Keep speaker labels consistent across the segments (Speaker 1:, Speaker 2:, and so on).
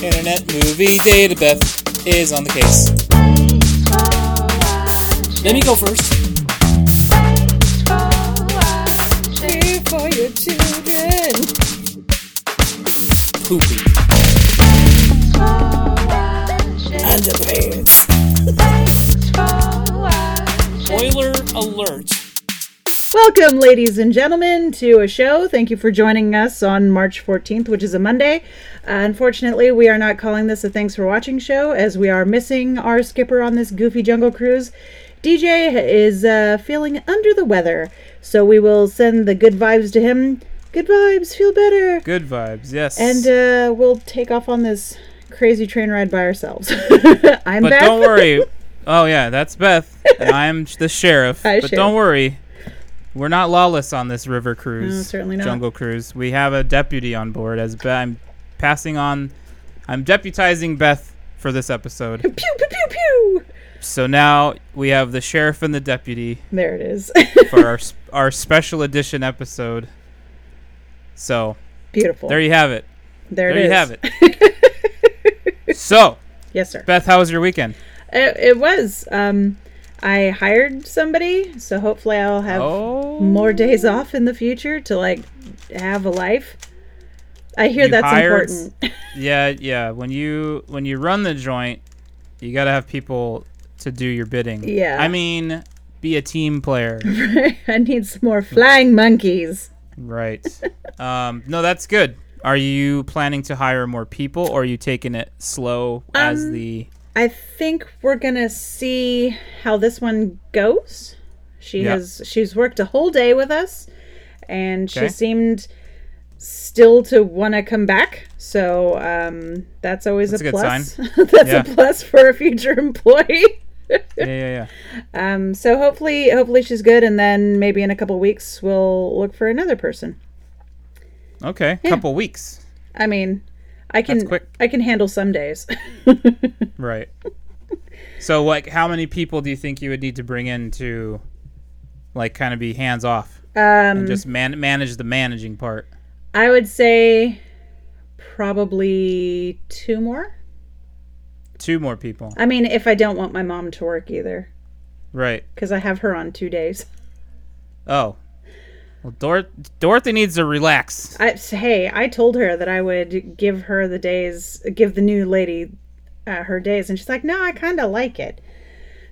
Speaker 1: Internet Movie Database is on the case. Let me go first. Here for your children. Poopy. Underpants. Spoiler alert.
Speaker 2: Welcome, ladies and gentlemen, to a show. Thank you for joining us on March 14th, which is a Monday. Uh, unfortunately, we are not calling this a thanks for watching show as we are missing our skipper on this goofy jungle cruise. DJ is uh, feeling under the weather, so we will send the good vibes to him. Good vibes, feel better.
Speaker 3: Good vibes, yes.
Speaker 2: And uh, we'll take off on this crazy train ride by ourselves. I'm
Speaker 3: but
Speaker 2: back.
Speaker 3: don't worry. Oh yeah, that's Beth, and I'm sh- the sheriff.
Speaker 2: Hi,
Speaker 3: but
Speaker 2: Sheriff.
Speaker 3: don't worry, we're not lawless on this river cruise.
Speaker 2: No, Mm, certainly not.
Speaker 3: Jungle cruise. We have a deputy on board. As Be- I'm passing on, I'm deputizing Beth for this episode.
Speaker 2: pew, pew, pew, pew.
Speaker 3: so now we have the sheriff and the deputy
Speaker 2: There it is.
Speaker 3: for our s- our special edition episode. So
Speaker 2: Beautiful.
Speaker 3: there you have it.
Speaker 2: There
Speaker 3: There,
Speaker 2: it
Speaker 3: you
Speaker 2: is.
Speaker 3: have it. so
Speaker 2: Yes, sir.
Speaker 3: Beth, how was your weekend?
Speaker 2: It, it was. Um, I hired somebody, so hopefully I'll have
Speaker 3: Oh,
Speaker 2: more days off in the future to like have a life. I hear
Speaker 3: You
Speaker 2: that's
Speaker 3: hired
Speaker 2: important.
Speaker 3: Yeah, yeah. When you when you run the joint, you gotta have people to do your bidding.
Speaker 2: Yeah.
Speaker 3: I mean, be a team player.
Speaker 2: I need some more flying monkeys.
Speaker 3: right. Um, no, that's good. Are you planning to hire more people, or are you taking it slow as
Speaker 2: Um,
Speaker 3: the?
Speaker 2: I think we're gonna see how this one goes. She
Speaker 3: Yeah.
Speaker 2: has she's worked a whole day with us, and she
Speaker 3: Okay.
Speaker 2: seemed still to want to come back. So um, that's always
Speaker 3: That's
Speaker 2: a,
Speaker 3: a good
Speaker 2: plus. that's
Speaker 3: Yeah.
Speaker 2: a plus for a future employee.
Speaker 3: Yeah, yeah,
Speaker 2: Um, so hopefully, hopefully she's good, and then maybe in a couple weeks we'll look for another person.
Speaker 3: yeah. Okay, couple weeks.
Speaker 2: I mean, I can
Speaker 3: quick.
Speaker 2: I can handle some days.
Speaker 3: Right. so, like, how many people do you think you would need to bring in to, like, kind of be hands off and
Speaker 2: um,
Speaker 3: just man- manage the managing part?
Speaker 2: I would say probably two more.
Speaker 3: Two more people.
Speaker 2: I mean, if I don't want my mom to work either,
Speaker 3: Right.
Speaker 2: because I have her on two days.
Speaker 3: Oh. Well, Dor- Dorothy needs to relax.
Speaker 2: I hey, I told her that I would give her the days, give the new lady uh, her days, and she's like, "No, I kind of like it."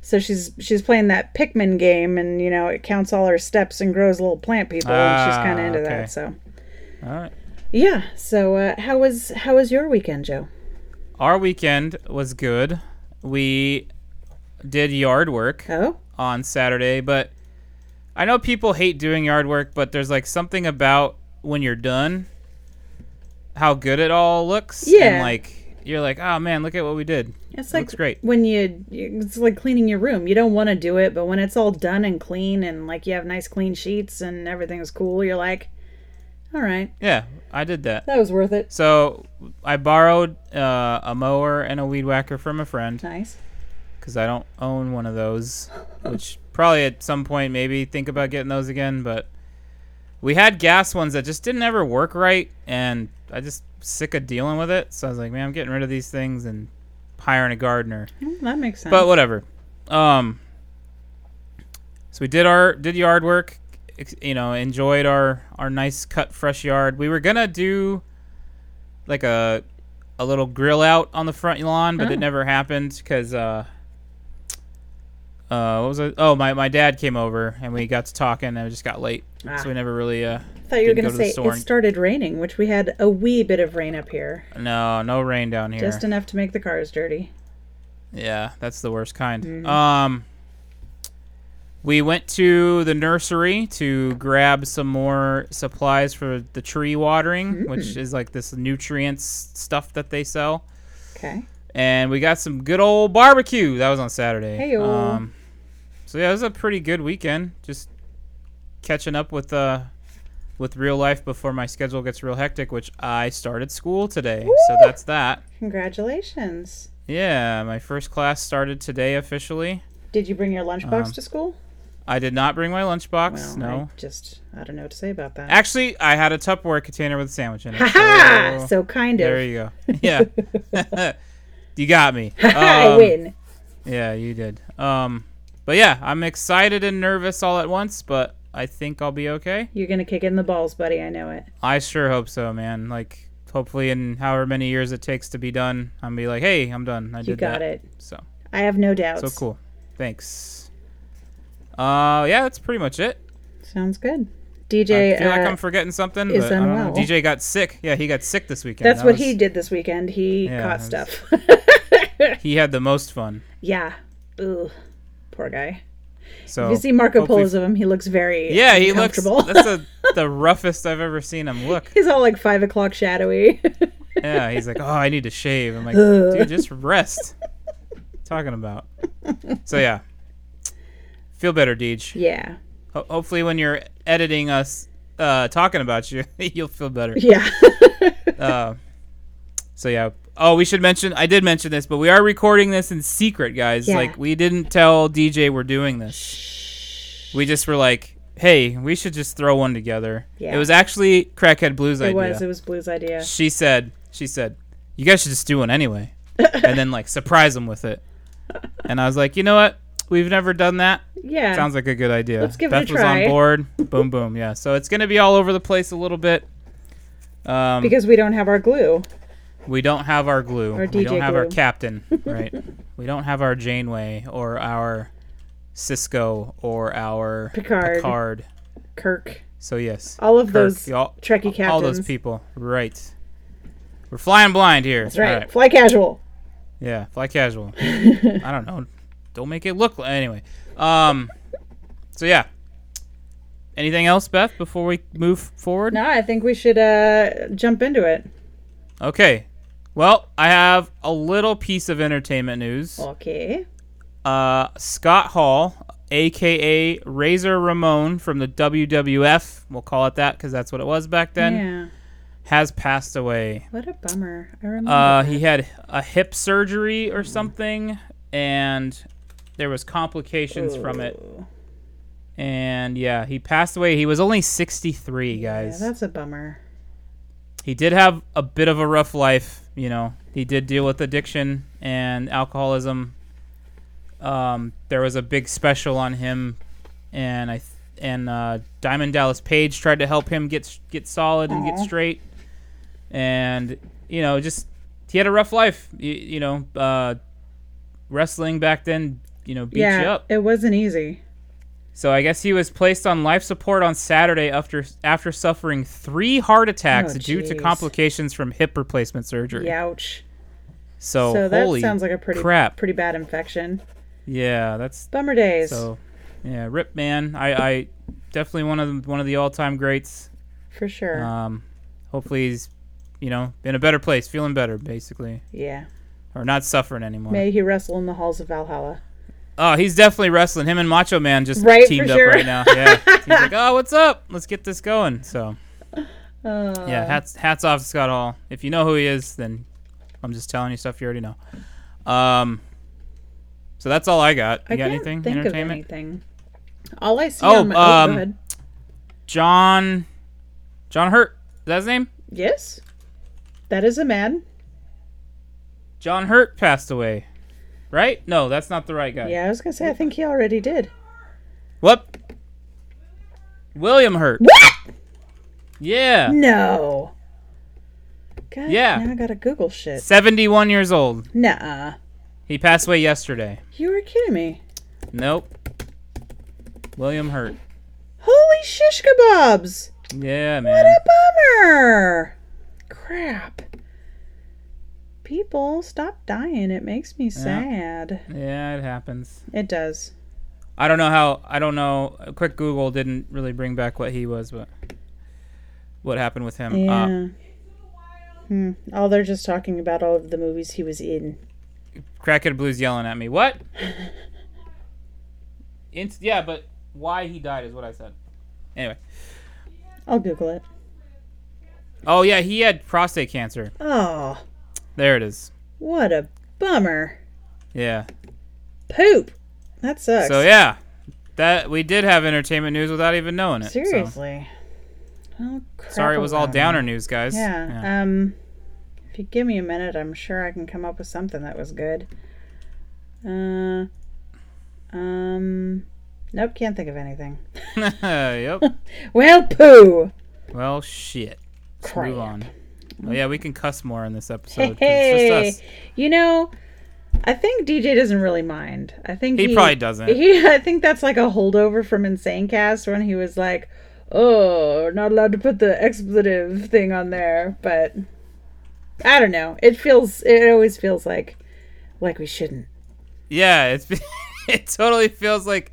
Speaker 2: So she's she's playing that Pikmin game, and you know it counts all her steps and grows little plant people, and she's kind of
Speaker 3: Ah,
Speaker 2: into
Speaker 3: okay.
Speaker 2: that. So
Speaker 3: All right.
Speaker 2: yeah. So uh, how was how was your weekend, Joe?
Speaker 3: Our weekend was good. We did yard work
Speaker 2: Oh,
Speaker 3: on Saturday, but I know people hate doing yard work, but there's like something about when you're done how good it all looks. And
Speaker 2: Yeah.
Speaker 3: like you're like, "Oh man, look at what we did."
Speaker 2: it's like
Speaker 3: Looks great.
Speaker 2: when you it's like cleaning your room. You don't want to do it, but when it's all done and clean, and like you have nice clean sheets and everything's cool, you're like, "All right,
Speaker 3: Yeah, I did that.
Speaker 2: that was worth it."
Speaker 3: So, I borrowed uh, a mower and a weed whacker from a friend.
Speaker 2: Nice.
Speaker 3: because I don't own one of those. Which probably at some point maybe think about getting those again. But we had gas ones that just didn't ever work right, and I just sick of dealing with it. So I was like, man, I'm getting rid of these things and hiring a gardener.
Speaker 2: Mm, That makes sense.
Speaker 3: But whatever. Um. So we did our did yard work. ex- You know, enjoyed our our nice cut fresh yard. We were gonna do like a a little grill out on the front lawn, but it
Speaker 2: Oh.
Speaker 3: never happened because uh. Uh, what was it? Oh, my, my dad came over and we got to talking and it just got late,
Speaker 2: Ah.
Speaker 3: so we never really uh.
Speaker 2: I thought you were
Speaker 3: didn't
Speaker 2: going
Speaker 3: go
Speaker 2: to
Speaker 3: to the
Speaker 2: say
Speaker 3: store
Speaker 2: it
Speaker 3: and-
Speaker 2: started raining, which we had a wee bit of rain up here,
Speaker 3: No, no rain down here.
Speaker 2: just enough to make the cars dirty.
Speaker 3: Yeah, that's the worst kind.
Speaker 2: Mm-hmm.
Speaker 3: Um, we went to the nursery to grab some more supplies for the tree watering,
Speaker 2: Mm-hmm.
Speaker 3: which is like this nutrients stuff that they sell.
Speaker 2: Okay.
Speaker 3: And we got some good old barbecue. That was on Saturday.
Speaker 2: Heyo.
Speaker 3: Um, so yeah, it was a pretty good weekend. Just catching up with uh with real life before my schedule gets real hectic, which I started school today. So
Speaker 2: Woo!
Speaker 3: that's that.
Speaker 2: Congratulations.
Speaker 3: Yeah, my first class started today officially.
Speaker 2: Did you bring your lunchbox
Speaker 3: Um,
Speaker 2: to school?
Speaker 3: I did not bring my lunchbox.
Speaker 2: Well,
Speaker 3: no.
Speaker 2: I just I don't know what to say about that.
Speaker 3: Actually, I had a Tupperware container with a sandwich in it.
Speaker 2: Haha!
Speaker 3: so-
Speaker 2: So kind
Speaker 3: Ah, oh, there
Speaker 2: of.
Speaker 3: you go. Yeah. you got me.
Speaker 2: I
Speaker 3: Um,
Speaker 2: win.
Speaker 3: Yeah, you did. Um, but yeah, I'm excited and nervous all at once, but I think I'll be okay.
Speaker 2: You're gonna kick it in the balls, buddy. I know it.
Speaker 3: I sure hope so, man. Like, hopefully, in however many years it takes to be done, I'm be like, hey, I'm done. I
Speaker 2: You
Speaker 3: did
Speaker 2: got
Speaker 3: that.
Speaker 2: it.
Speaker 3: So,
Speaker 2: I have no doubts.
Speaker 3: so cool. Thanks. Uh, yeah, that's pretty much it.
Speaker 2: Sounds good. DJ,
Speaker 3: I feel like
Speaker 2: uh,
Speaker 3: I'm forgetting something.
Speaker 2: is
Speaker 3: but I don't know.
Speaker 2: unwell.
Speaker 3: DJ got sick. Yeah, he got sick this weekend.
Speaker 2: that's
Speaker 3: That
Speaker 2: what
Speaker 3: was-
Speaker 2: he did this weekend. He
Speaker 3: Yeah,
Speaker 2: caught
Speaker 3: that's-
Speaker 2: stuff.
Speaker 3: He had the most fun.
Speaker 2: yeah. Ugh. Poor guy.
Speaker 3: So
Speaker 2: If you see Marco
Speaker 3: Oh, hopefully-
Speaker 2: Polo's of him, he looks very
Speaker 3: Yeah, he looks.
Speaker 2: uncomfortable.
Speaker 3: That's the the roughest I've ever seen him look.
Speaker 2: He's all like five o'clock shadowy.
Speaker 3: Yeah, he's like, oh, I need to shave. I'm like, dude, just rest. Talking about. So yeah, feel better, Deej.
Speaker 2: yeah.
Speaker 3: Ho- hopefully, when you're editing us uh, talking about you, you'll feel better.
Speaker 2: Yeah.
Speaker 3: Uh, so yeah. Oh, we should mention. I did mention this, but we are recording this in secret, guys.
Speaker 2: Yeah.
Speaker 3: Like, we didn't tell DJ we're doing this. We just were like, hey, we should just throw one together.
Speaker 2: Yeah.
Speaker 3: It was actually Crackhead Blues
Speaker 2: it
Speaker 3: idea.
Speaker 2: was. It was Blue's idea.
Speaker 3: She said, she said, you guys should just do one anyway, and then like surprise them with it. And I was like, you know what? We've never done that.
Speaker 2: Yeah.
Speaker 3: Sounds like a good idea.
Speaker 2: Let's give it a
Speaker 3: Beth was
Speaker 2: try.
Speaker 3: on board. Boom, boom. Yeah. So it's gonna be all over the place a little bit. Um,
Speaker 2: because we don't have our glue.
Speaker 3: we don't have our glue. we
Speaker 2: DJ
Speaker 3: don't have our
Speaker 2: glue.
Speaker 3: captain, right? we don't have our Janeway or our Cisco or our
Speaker 2: Picard.
Speaker 3: Picard.
Speaker 2: Kirk.
Speaker 3: So yes,
Speaker 2: All of
Speaker 3: Kirk,
Speaker 2: those
Speaker 3: y'all-
Speaker 2: Trekkie captains.
Speaker 3: all those people, right? We're flying blind here.
Speaker 2: That's right. Fly casual.
Speaker 3: Yeah, fly casual. I don't know. Don't make it look like anyway. Um so yeah. Anything else, Beth, before we move forward?
Speaker 2: No, I think we should uh, jump into it.
Speaker 3: Okay. Well, I have a little piece of entertainment news.
Speaker 2: Okay.
Speaker 3: Uh Scott Hall, aka Razor Ramon from the WWF, we'll call it that cuz that's what it was back then,
Speaker 2: yeah.
Speaker 3: has passed away.
Speaker 2: What a bummer. I remember.
Speaker 3: Uh, he had a hip surgery or something, and there was complications from it. And yeah, he passed away. He was only 63,
Speaker 2: yeah,
Speaker 3: guys.
Speaker 2: that's a bummer.
Speaker 3: he did have a bit of a rough life, you know. He did deal with addiction and alcoholism. Um, there was a big special on him, and I th- and uh, Diamond Dallas Page tried to help him get s- get solid and get straight. And you know, just he had a rough life. You, you know, uh, wrestling back then, you know, beat you
Speaker 2: yeah.
Speaker 3: up.
Speaker 2: It wasn't easy.
Speaker 3: So I guess he was placed on life support on Saturday after after suffering three heart attacks
Speaker 2: Oh,
Speaker 3: due to
Speaker 2: jeez.
Speaker 3: complications from hip replacement surgery.
Speaker 2: Youch.
Speaker 3: So,
Speaker 2: so that
Speaker 3: Oh, holy
Speaker 2: sounds like a pretty
Speaker 3: crap.
Speaker 2: pretty bad infection.
Speaker 3: yeah, that's
Speaker 2: Bummer days.
Speaker 3: so. Yeah, Rip Man. I, I definitely one of the, one of the all time greats.
Speaker 2: for sure.
Speaker 3: Um, hopefully he's you know in a better place, feeling better basically,
Speaker 2: yeah.
Speaker 3: or not suffering anymore.
Speaker 2: May he wrestle in the halls of Valhalla.
Speaker 3: Oh, he's definitely wrestling. Him and Macho Man just
Speaker 2: Right, for
Speaker 3: teamed up
Speaker 2: sure.
Speaker 3: right now. Yeah, he's like, oh, what's up? Let's get this going. So.
Speaker 2: Uh.
Speaker 3: Yeah, hats hats off to Scott Hall. If you know who he is, then I'm just telling you stuff you already know. Um, so that's all I got. You
Speaker 2: I
Speaker 3: got
Speaker 2: can't
Speaker 3: anything?
Speaker 2: think of
Speaker 3: Entertainment?
Speaker 2: anything. All I see
Speaker 3: Oh,
Speaker 2: on my oh, go
Speaker 3: um,
Speaker 2: ahead.
Speaker 3: John John Hurt. Is that his name?
Speaker 2: Yes. That is a man.
Speaker 3: John Hurt passed away. Right? No, that's not the right guy.
Speaker 2: Yeah, I was gonna say I think he already did.
Speaker 3: What? William Hurt.
Speaker 2: What?
Speaker 3: Yeah.
Speaker 2: No. God,
Speaker 3: Yeah.
Speaker 2: Now I gotta Google shit.
Speaker 3: 71 years old.
Speaker 2: Nah.
Speaker 3: He passed away yesterday.
Speaker 2: You were kidding me.
Speaker 3: Nope. William Hurt.
Speaker 2: Holy shish kebabs!
Speaker 3: Yeah,
Speaker 2: What
Speaker 3: man.
Speaker 2: a bummer! Crap. People, stop dying. It makes me sad.
Speaker 3: Yeah, it happens.
Speaker 2: It does.
Speaker 3: I don't know how. I don't know. A quick Google didn't really bring back what he was, but what happened with him? Uh,
Speaker 2: Yeah. Hmm. Oh, they're just talking about all of the movies he was in.
Speaker 3: Crackhead Blues yelling at me. What? Int- yeah, but why he died is what I said. Anyway.
Speaker 2: I'll Google it.
Speaker 3: Oh yeah, he had prostate cancer.
Speaker 2: Oh,
Speaker 3: There it is.
Speaker 2: what a bummer.
Speaker 3: Yeah.
Speaker 2: Poop. That sucks.
Speaker 3: So yeah, that we did have entertainment news without even knowing it. so.
Speaker 2: Seriously. Oh, crap
Speaker 3: Sorry, it was all
Speaker 2: about
Speaker 3: downer news, guys.
Speaker 2: Yeah. Um, if you give me a minute, I'm sure I can come up with something that was good. Uh, um, nope, can't think of anything.
Speaker 3: yep.
Speaker 2: Well, poo.
Speaker 3: Well, shit. Let's
Speaker 2: Crap.
Speaker 3: move on. Well, yeah, we can cuss more in this episode. 'cause
Speaker 2: Mm-hmm. Hey,
Speaker 3: It's just us.
Speaker 2: you know, I think DJ doesn't really mind. I think
Speaker 3: He probably doesn't.
Speaker 2: He, I think that's like a holdover from Insane Cast when he was like, "Oh, not allowed to put the expletive thing on there," but I don't know. It feels. It always feels like like we shouldn't.
Speaker 3: Yeah, it's it totally feels like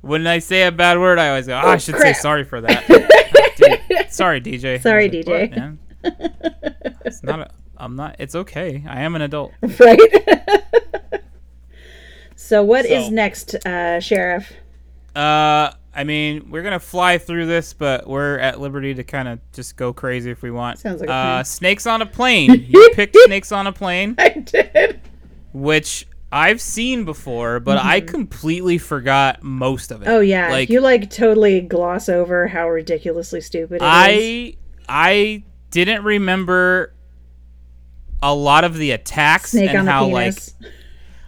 Speaker 3: when I say a bad word, I always go, oh, I should
Speaker 2: crap."
Speaker 3: say sorry for that. Dude, sorry, DJ.
Speaker 2: Sorry,
Speaker 3: I was
Speaker 2: DJ.
Speaker 3: "What, man?" it's not. A, I'm not. It's okay. I am an adult.
Speaker 2: right? so what is
Speaker 1: So-
Speaker 2: next, uh, Sheriff?
Speaker 3: Uh, I mean, we're gonna fly through this, but we're at liberty to kind of just go crazy if we want.
Speaker 2: Sounds like a
Speaker 3: uh,
Speaker 2: plan.
Speaker 3: snakes on a plane. You picked snakes on a plane,
Speaker 2: I did.
Speaker 3: which I've seen before, but I completely forgot most of it.
Speaker 2: Mm-hmm. Oh yeah,
Speaker 3: like
Speaker 2: you like totally gloss over how ridiculously stupid it is.
Speaker 3: I I didn't remember a lot of the attacks
Speaker 2: snake
Speaker 3: and
Speaker 2: on the
Speaker 3: how like
Speaker 2: penis.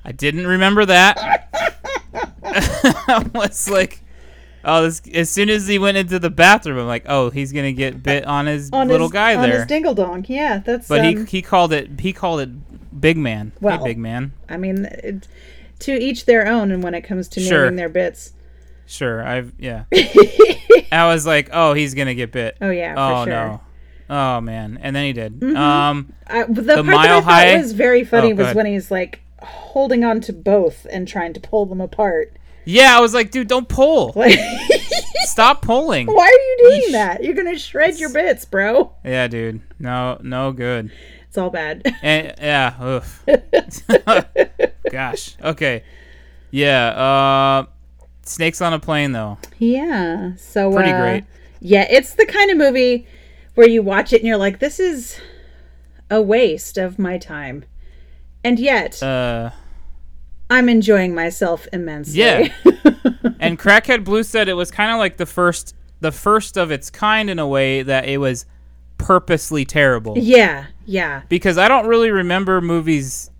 Speaker 3: I didn't remember that. I was like, oh, this, as soon as he went into the bathroom, I'm like, oh, he's gonna get bit on his
Speaker 2: on
Speaker 3: little
Speaker 2: his,
Speaker 3: guy
Speaker 2: on
Speaker 3: there.
Speaker 2: his dingle dong. Yeah, that's.
Speaker 3: but
Speaker 2: um,
Speaker 3: he he called it he called it big man. Hey,
Speaker 2: Well,
Speaker 3: big man.
Speaker 2: I mean, it, to each their own. And when it comes to naming
Speaker 3: Sure.
Speaker 2: their bits,
Speaker 3: Sure, I've yeah. I was like, oh, he's gonna get bit.
Speaker 2: oh yeah,
Speaker 3: oh
Speaker 2: for sure. Mm-hmm.
Speaker 3: no. Oh man, and then he did. Um,
Speaker 2: I, the, part that I
Speaker 3: mile
Speaker 2: thought
Speaker 3: high-
Speaker 2: was very funny
Speaker 3: Oh, go
Speaker 2: was
Speaker 3: ahead.
Speaker 2: when he's like holding on to both and trying to pull them apart.
Speaker 3: yeah, I was like, dude, don't pull.
Speaker 2: Like,
Speaker 3: Stop pulling.
Speaker 2: why are you doing that? You're gonna shred your bits, bro.
Speaker 3: Yeah, dude. No, no good.
Speaker 2: It's all bad.
Speaker 3: And, yeah. Oof. Gosh. Okay. Yeah. Uh, snakes on a plane though.
Speaker 2: Yeah. So
Speaker 3: Pretty
Speaker 2: uh,
Speaker 3: great.
Speaker 2: Yeah, it's the kind of movie where you watch it and you're like, "This is a waste of my time," and yet
Speaker 3: Uh,
Speaker 2: I'm enjoying myself immensely.
Speaker 3: yeah. and Crackhead Blue said it was kind of like the first, the first of its kind in a way that it was purposely terrible.
Speaker 2: yeah, yeah.
Speaker 3: Because I don't really remember movies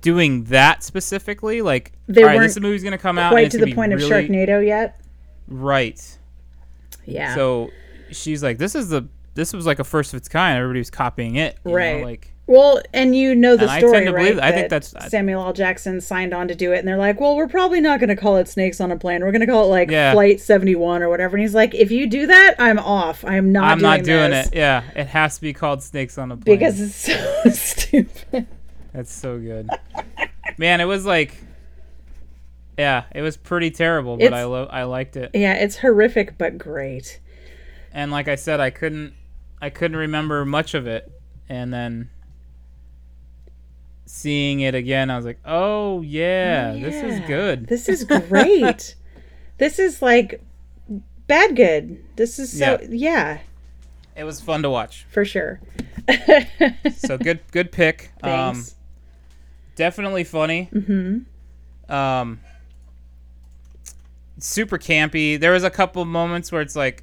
Speaker 3: doing that specifically. Like,
Speaker 2: They
Speaker 3: all right, this
Speaker 2: weren't
Speaker 3: movie's gonna come out. and
Speaker 2: Quite
Speaker 3: it's
Speaker 2: to
Speaker 3: gonna
Speaker 2: the
Speaker 3: be
Speaker 2: point of
Speaker 3: really-
Speaker 2: Sharknado yet.
Speaker 3: Right.
Speaker 2: Yeah.
Speaker 3: So she's like, "This is the this was like a first of its kind. Everybody was copying it, you know,
Speaker 2: Right.
Speaker 3: like,
Speaker 2: well, and you know the
Speaker 3: And I
Speaker 2: story,
Speaker 3: tend to
Speaker 2: right?
Speaker 3: believe- I think
Speaker 2: that
Speaker 3: that's-
Speaker 2: Samuel L. Jackson signed on to do it, and they're like, "Well, we're probably not going to call it Snakes on a Plane. We're going to call it like
Speaker 3: Yeah.
Speaker 2: Flight 71 or whatever." And he's like, "If you do that, I'm off. I am not.
Speaker 3: I'm not doing
Speaker 2: this
Speaker 3: it. Yeah, it has to be called Snakes on a Plane.
Speaker 2: because it's so stupid."
Speaker 3: that's so good. Man, it was like, yeah, it was pretty terrible, but
Speaker 2: It's-
Speaker 3: I lo- I liked it.
Speaker 2: Yeah, it's horrific but great.
Speaker 3: And like I said, I couldn't I couldn't remember much of it, and then seeing it again, I was like, oh yeah, this is
Speaker 2: Yeah.
Speaker 3: good.
Speaker 2: This is great. this is like bad good. This is so yeah,
Speaker 3: Yeah. it was fun to watch.
Speaker 2: for sure.
Speaker 3: So good good pick. Um,
Speaker 2: Thanks.
Speaker 3: definitely funny. Mm-hmm. Um, super campy. There was a couple moments where it's like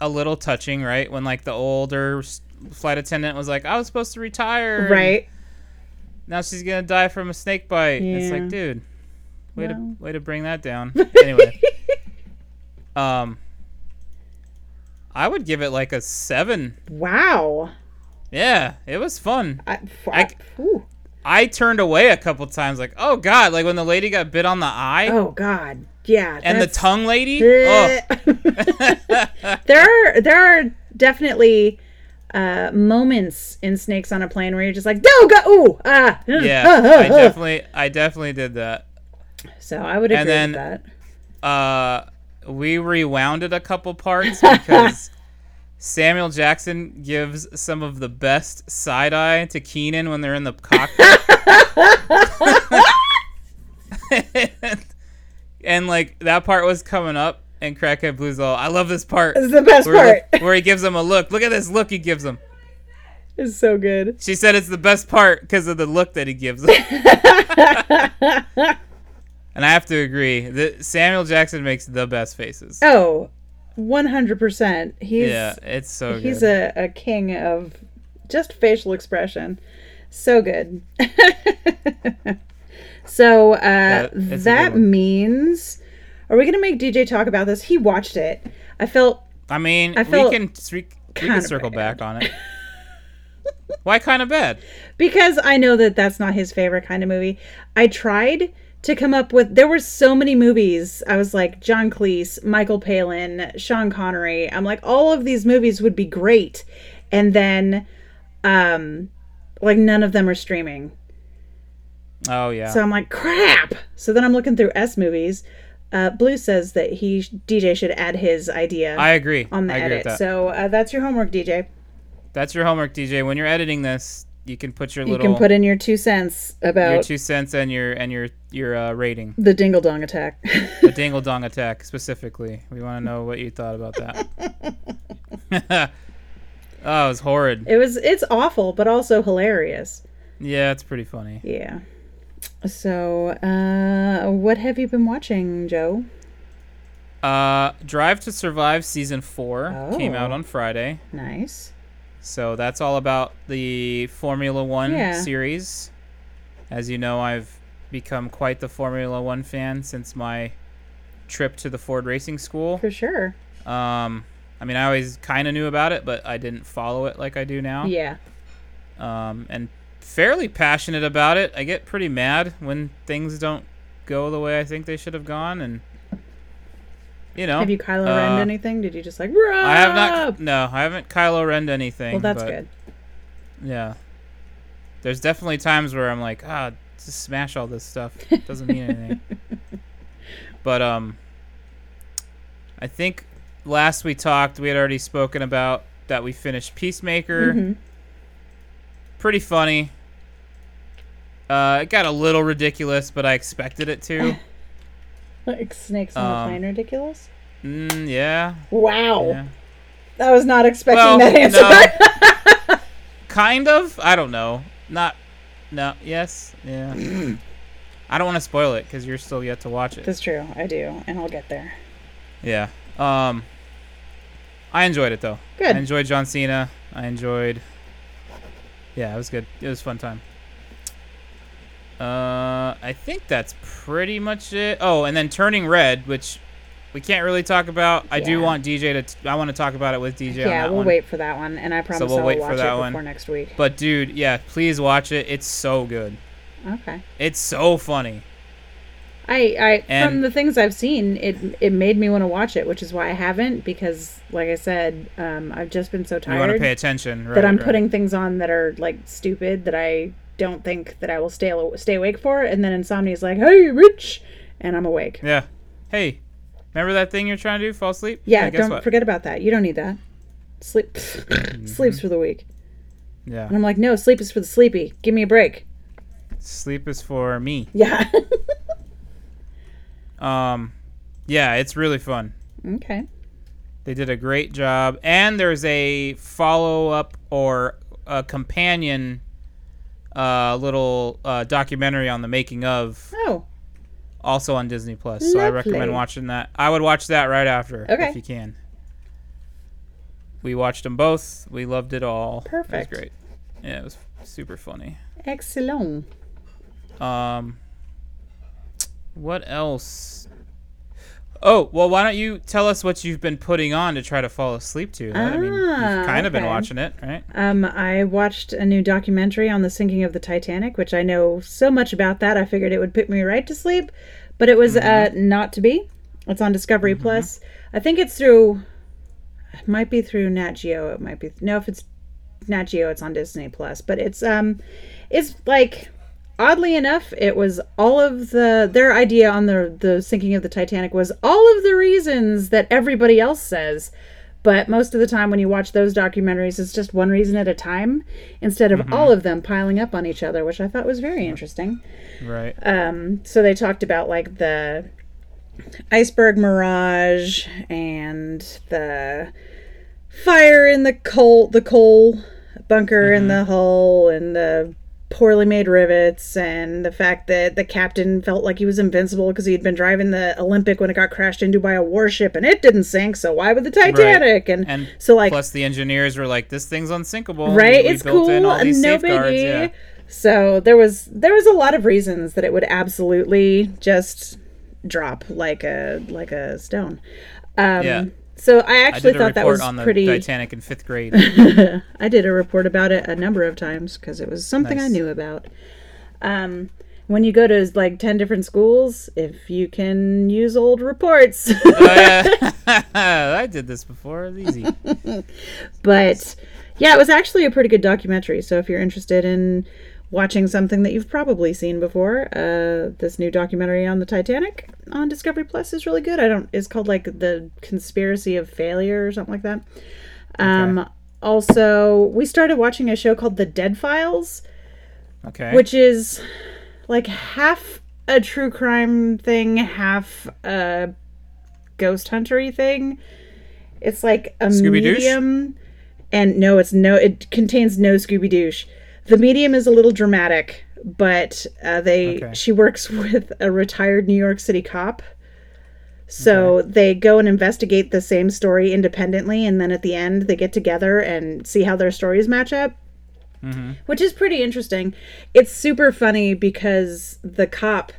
Speaker 3: a little touching, right? When like the older s- flight attendant was like, "I was supposed to retire, and
Speaker 2: right.
Speaker 3: Now she's gonna die from a snake bite." It's
Speaker 2: Yeah.
Speaker 3: like, dude, way
Speaker 2: Well.
Speaker 3: to way to bring that down. Anyway, um, I would give it like a seven.
Speaker 2: Wow.
Speaker 3: Yeah, it was fun.
Speaker 2: I,
Speaker 3: I-
Speaker 2: whew.
Speaker 3: I turned away a couple times, like, oh god, like when the lady got bit on the eye.
Speaker 2: oh god. Yeah.
Speaker 3: and the
Speaker 2: that's-
Speaker 3: tongue lady. Oh,
Speaker 2: oh. there are there are definitely uh moments in Snakes on a Plane where you're just like, "No, go ooh." Ah. mm,
Speaker 3: Oh, yeah,
Speaker 2: ah, ah,
Speaker 3: I
Speaker 2: ah."
Speaker 3: definitely, I definitely did that.
Speaker 2: So I would agree
Speaker 3: And then-
Speaker 2: with that.
Speaker 3: Uh, we rewounded a couple parts because Samuel Jackson gives some of the best side eye to Keenan when they're in the cockpit. and, like that part was coming up, and Crackhead Blue's all, I love this part.
Speaker 2: It's the best
Speaker 3: Where,
Speaker 2: part.
Speaker 3: where he gives him a look. Look at this look he gives him.
Speaker 2: It's so good.
Speaker 3: She said it's the best part because of the look that he gives. and And I have to agree that Samuel Jackson makes the best faces.
Speaker 2: Oh, 100%. He's
Speaker 3: yeah, it's so good.
Speaker 2: he's a, a king of just facial expression. So good. so uh, that,
Speaker 3: it's a good one.
Speaker 2: means. Are we going to make DJ talk about this? He watched it. I felt
Speaker 3: I mean,
Speaker 2: I
Speaker 3: we
Speaker 2: felt
Speaker 3: can we, we
Speaker 2: kinda
Speaker 3: can circle
Speaker 2: bad.
Speaker 3: back on it. Why kind of bad?
Speaker 2: because I know that that's not his favorite kind of movie. I tried to come up with there were so many movies. I was like John Cleese, Michael Palin, Sean Connery. I'm like all of these movies would be great. And then um like none of them are streaming.
Speaker 3: Oh yeah.
Speaker 2: So I'm like crap. So then I'm looking through S movies. Uh, Blue says that he DJ should add his idea
Speaker 3: I agree.
Speaker 2: on the
Speaker 3: I agree with that.
Speaker 2: edit. So uh, that's your homework, DJ.
Speaker 3: That's your homework, DJ. When you're editing this, you can put your
Speaker 2: You
Speaker 3: little
Speaker 2: can put in your two cents
Speaker 3: your
Speaker 2: about
Speaker 3: two cents and your and your your uh, rating.
Speaker 2: the dingle dong attack.
Speaker 3: The Dingle Dong attack specifically. We want to know what you thought about that. oh, it was horrid.
Speaker 2: It was it's awful, but also hilarious.
Speaker 3: Yeah, it's pretty funny.
Speaker 2: Yeah. So, uh, what have you been watching, Joe?
Speaker 3: Uh, Drive to Survive season four came out
Speaker 2: Oh.
Speaker 3: on Friday,
Speaker 2: Nice.
Speaker 3: so that's all about the Formula One
Speaker 2: Yeah.
Speaker 3: series. As you know, I've become quite the Formula One fan since my trip to the Ford Racing School.
Speaker 2: For sure.
Speaker 3: Um, I mean, I always kind of knew about it, but I didn't follow it like I do now.
Speaker 2: Yeah.
Speaker 3: Um, and fairly passionate about it. I get pretty mad when things don't go the way I think they should have gone, and you know,
Speaker 2: Have you Kylo
Speaker 3: uh,
Speaker 2: Ren anything? Did you just like, Rob?
Speaker 3: I have not. No, I haven't Kylo Ren anything.
Speaker 2: Well, that's
Speaker 3: but,
Speaker 2: good.
Speaker 3: Yeah, there's definitely times where I'm like, ah, just smash all this stuff. It doesn't mean anything. But um, I think last we talked, we had already spoken about that we finished Peacemaker.
Speaker 2: hmm
Speaker 3: Pretty funny. Uh, it got a little ridiculous, but I expected it to.
Speaker 2: Like snakes on
Speaker 3: Um,
Speaker 2: a plane, ridiculous.
Speaker 3: Mm, yeah.
Speaker 2: Wow,
Speaker 3: yeah.
Speaker 2: I was not expecting
Speaker 3: Well,
Speaker 2: that answer.
Speaker 3: no. kind of. I don't know. Not. No. Yes. Yeah. I don't want to spoil it because you're still yet to watch it.
Speaker 2: that's true. I do, and I'll get there.
Speaker 3: Yeah. Um. I enjoyed it though.
Speaker 2: Good.
Speaker 3: I enjoyed John Cena. I enjoyed. Yeah, it was good. It was a fun time. Uh, I think that's pretty much it. Oh, and then Turning Red, which we can't really talk about. I do
Speaker 2: Yeah.
Speaker 3: want DJ to. T- I want to talk about it with DJ.
Speaker 2: Yeah,
Speaker 3: on that
Speaker 2: we'll
Speaker 3: one.
Speaker 2: wait for that one, and I promise
Speaker 3: we'll
Speaker 2: I'll
Speaker 3: wait for
Speaker 2: watch it
Speaker 3: that
Speaker 2: before
Speaker 3: one.
Speaker 2: next week.
Speaker 3: But dude, yeah, please watch it. It's so good.
Speaker 2: Okay.
Speaker 3: It's so funny.
Speaker 2: I, I from
Speaker 3: And-
Speaker 2: the things I've seen, it it made me want to watch it, which is why I haven't because, like I said, um, I've just been so
Speaker 3: You want to
Speaker 2: tired
Speaker 3: pay attention, right?
Speaker 2: that I'm
Speaker 3: right.
Speaker 2: putting things on that are like stupid that I don't think that I will stay al- stay awake for, and then insomnia is like, hey, rich, and I'm awake.
Speaker 3: Yeah. Hey, remember that thing you're trying to do? Fall asleep?
Speaker 2: Yeah,
Speaker 3: guess
Speaker 2: don't
Speaker 3: what?
Speaker 2: forget about that. You don't need that. Sleep
Speaker 3: Mm-hmm.
Speaker 2: sleeps for the weak, and
Speaker 3: Yeah.
Speaker 2: I'm like, no, sleep is for the sleepy. Give me a break.
Speaker 3: Sleep is for me.
Speaker 2: Yeah.
Speaker 3: Um, yeah, it's really fun.
Speaker 2: okay.
Speaker 3: They did a great job, and there's a follow up or a companion, uh, little uh, documentary on the making of,
Speaker 2: Oh,
Speaker 3: also on Disney Plus. So I recommend
Speaker 2: Lovely.
Speaker 3: watching that. I would watch that right after
Speaker 2: Okay.
Speaker 3: if you can. We watched them both. We loved it all.
Speaker 2: Perfect.
Speaker 3: It was great. Yeah, it was super funny.
Speaker 2: excellent.
Speaker 3: Um, what else? Oh, well, why don't you tell us what you've been putting on to try to fall asleep to? I mean, you've
Speaker 2: Ah,
Speaker 3: kind of been
Speaker 2: okay.
Speaker 3: watching it, right?
Speaker 2: Um, I watched a new documentary on the sinking of the Titanic, which I know so much about that. I figured it would put me right to sleep, but it was uh, not to be. It's on Discovery Plus. I think it's through. It might be through Nat Geo. It might be no. If it's Nat Geo, it's on Disney Plus. But it's um, it's like oddly enough, it was all of the their idea on the the sinking of the Titanic was all of the reasons that everybody else says. But most of the time, when you watch those documentaries, it's just one reason at a time instead of all of them piling up on each other, which I thought was very interesting.
Speaker 3: Right.
Speaker 2: Um, so they talked about like the iceberg mirage and the fire in the coal, the coal bunker in the hull, and the poorly made rivets and the fact that the captain felt like he was invincible because he'd been driving the Olympic when it got crashed into by a warship and it didn't sink, so why would the Titanic? And,
Speaker 3: And
Speaker 2: so like
Speaker 3: plus the engineers were like, this thing's unsinkable.
Speaker 2: right,
Speaker 3: We- we
Speaker 2: it's
Speaker 3: built
Speaker 2: cool
Speaker 3: in all these
Speaker 2: and no
Speaker 3: safeguards,
Speaker 2: biggie.
Speaker 3: yeah.
Speaker 2: So there was there was a lot of reasons that it would absolutely just drop like a like a stone. Um,
Speaker 3: Yeah.
Speaker 2: So I
Speaker 3: I
Speaker 2: actually
Speaker 3: did a
Speaker 2: thought
Speaker 3: report
Speaker 2: that was
Speaker 3: on the
Speaker 2: pretty.
Speaker 3: Titanic in fifth grade.
Speaker 2: I did a report about it a number of times because it was something I
Speaker 3: Nice.
Speaker 2: knew about. Um, when you go to like 10 different schools, if you can use old reports.
Speaker 3: Oh, yeah. I did this before. It was easy.
Speaker 2: but yeah, it was actually a pretty good documentary. So if you're interested in watching something that you've probably seen before, uh, this new documentary on the Titanic on Discovery Plus is really good. I don't. It's called like the Conspiracy of Failure or something like that. Um, Also, we started watching a show called The Dead Files.
Speaker 3: Okay.
Speaker 2: which is like half a true crime thing, half a ghost huntery thing. It's like a
Speaker 3: Scooby-Doosh?
Speaker 2: medium, and no, it's no. It contains no Scooby Doosh. The medium is a little dramatic, but uh, they
Speaker 3: Okay.
Speaker 2: she works with a retired New York City cop. So they go and investigate the same story independently, and then at the end they get together and see how their stories match up which is pretty interesting. It's super funny because the cop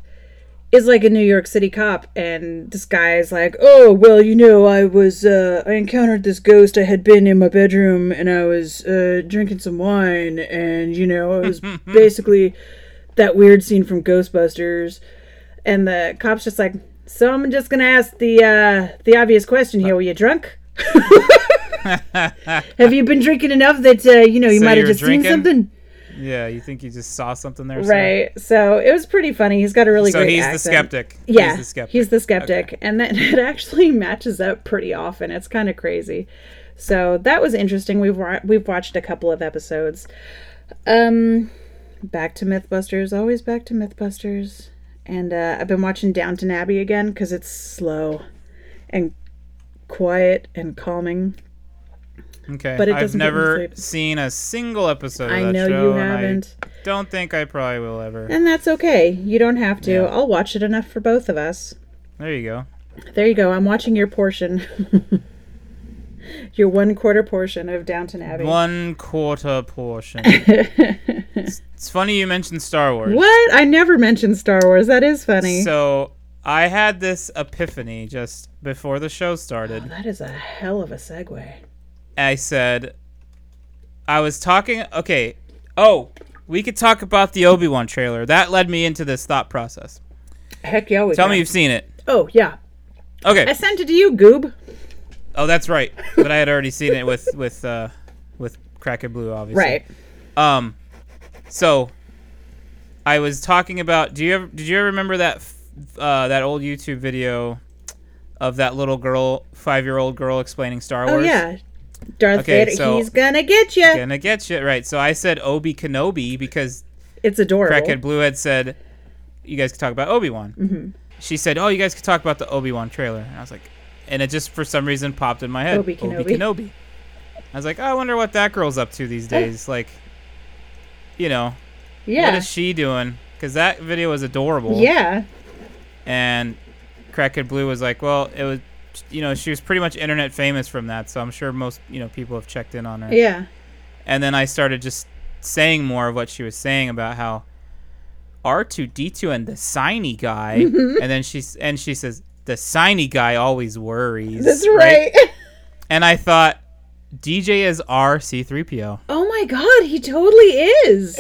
Speaker 2: is like a New York City cop, and this guy is like, "Oh, well, you know, I was uh, I encountered this ghost. I had been in my bedroom, and I was uh, drinking some wine, and you know, it was basically that weird scene from Ghostbusters." And the cop's just like, "So I'm just gonna ask the uh, the obvious question here: Were you drunk?" have you been drinking enough that uh, you know you
Speaker 3: So
Speaker 2: might
Speaker 3: you
Speaker 2: have
Speaker 3: were
Speaker 2: just
Speaker 3: drinking?
Speaker 2: seen something?
Speaker 3: yeah, you think you just saw something there? so-
Speaker 2: Right. So it was pretty funny. He's got a really
Speaker 3: So
Speaker 2: great
Speaker 3: he's the
Speaker 2: accent.
Speaker 3: skeptic.
Speaker 2: Yeah,
Speaker 3: He's the skeptic.
Speaker 2: skeptic. and that it actually matches up pretty often. It's kind of crazy. So that was interesting. We've wa- we've watched a couple of episodes. Um, back to MythBusters. Always back to MythBusters. And uh, I've been watching Downton Abbey again because it's slow and quiet and calming.
Speaker 3: Okay.
Speaker 2: But it
Speaker 3: I've
Speaker 2: doesn't put me to
Speaker 3: never
Speaker 2: sleep.
Speaker 3: seen a single episode of
Speaker 2: I
Speaker 3: that
Speaker 2: know
Speaker 3: show.
Speaker 2: you
Speaker 3: and I
Speaker 2: haven't.
Speaker 3: don't think I probably will ever.
Speaker 2: And that's okay. You don't have to.
Speaker 3: Yeah.
Speaker 2: I'll watch it enough for both of us.
Speaker 3: There you go.
Speaker 2: There you go. I'm watching your portion. your one quarter portion of Downton Abbey.
Speaker 3: One quarter portion. it's, it's funny you mentioned Star Wars.
Speaker 2: What? I never mentioned Star Wars. That is funny.
Speaker 3: So I had this epiphany just before the show started.
Speaker 2: that is a hell of a segue.
Speaker 3: I said, I was talking. Okay. Oh, we could talk about the Obi Wan trailer. That led me into this thought process.
Speaker 2: Heck yeah, we
Speaker 3: Tell
Speaker 2: can.
Speaker 3: me you've seen it.
Speaker 2: Oh yeah, I
Speaker 3: Okay.
Speaker 2: sent it to you, Goob.
Speaker 3: Oh, that's right. But I had already seen it with with uh, with Cracker Blue, obviously.
Speaker 2: Right.
Speaker 3: Um. So, I was talking about. Do you ever? Did you ever remember that f- uh, that old YouTube video of that little girl, five year old girl, explaining Star
Speaker 2: Oh
Speaker 3: Wars?
Speaker 2: yeah, Darth
Speaker 3: Okay,
Speaker 2: Vader.
Speaker 3: so-
Speaker 2: He's gonna get you.
Speaker 3: Gonna get you right. So I said Obi Kenobi because
Speaker 2: It's adorable.
Speaker 3: Crackhead Blue had said, "You guys could talk about Obi Wan."
Speaker 2: Mm-hmm.
Speaker 3: She said, "Oh, you guys could talk about the Obi Wan trailer." And I was like, and it just for some reason popped in my head.
Speaker 2: Obi Kenobi.
Speaker 3: Kenobi. I was like, "Oh, I wonder what that girl's up to these days. Like, you know, what
Speaker 2: yeah.
Speaker 3: is she doing? Because that video was adorable.
Speaker 2: yeah.
Speaker 3: And Crackhead Blue was like, well, it was, you know, she was pretty much internet famous from that, so I'm sure most, you know, people have checked in on her
Speaker 2: Yeah.
Speaker 3: and then I started just saying more of what she was saying about how R2D2 and the signy guy, and then she's and she says the signy guy always worries.
Speaker 2: That's right.
Speaker 3: And I thought DJ is RC3PO,
Speaker 2: oh my God, he totally is.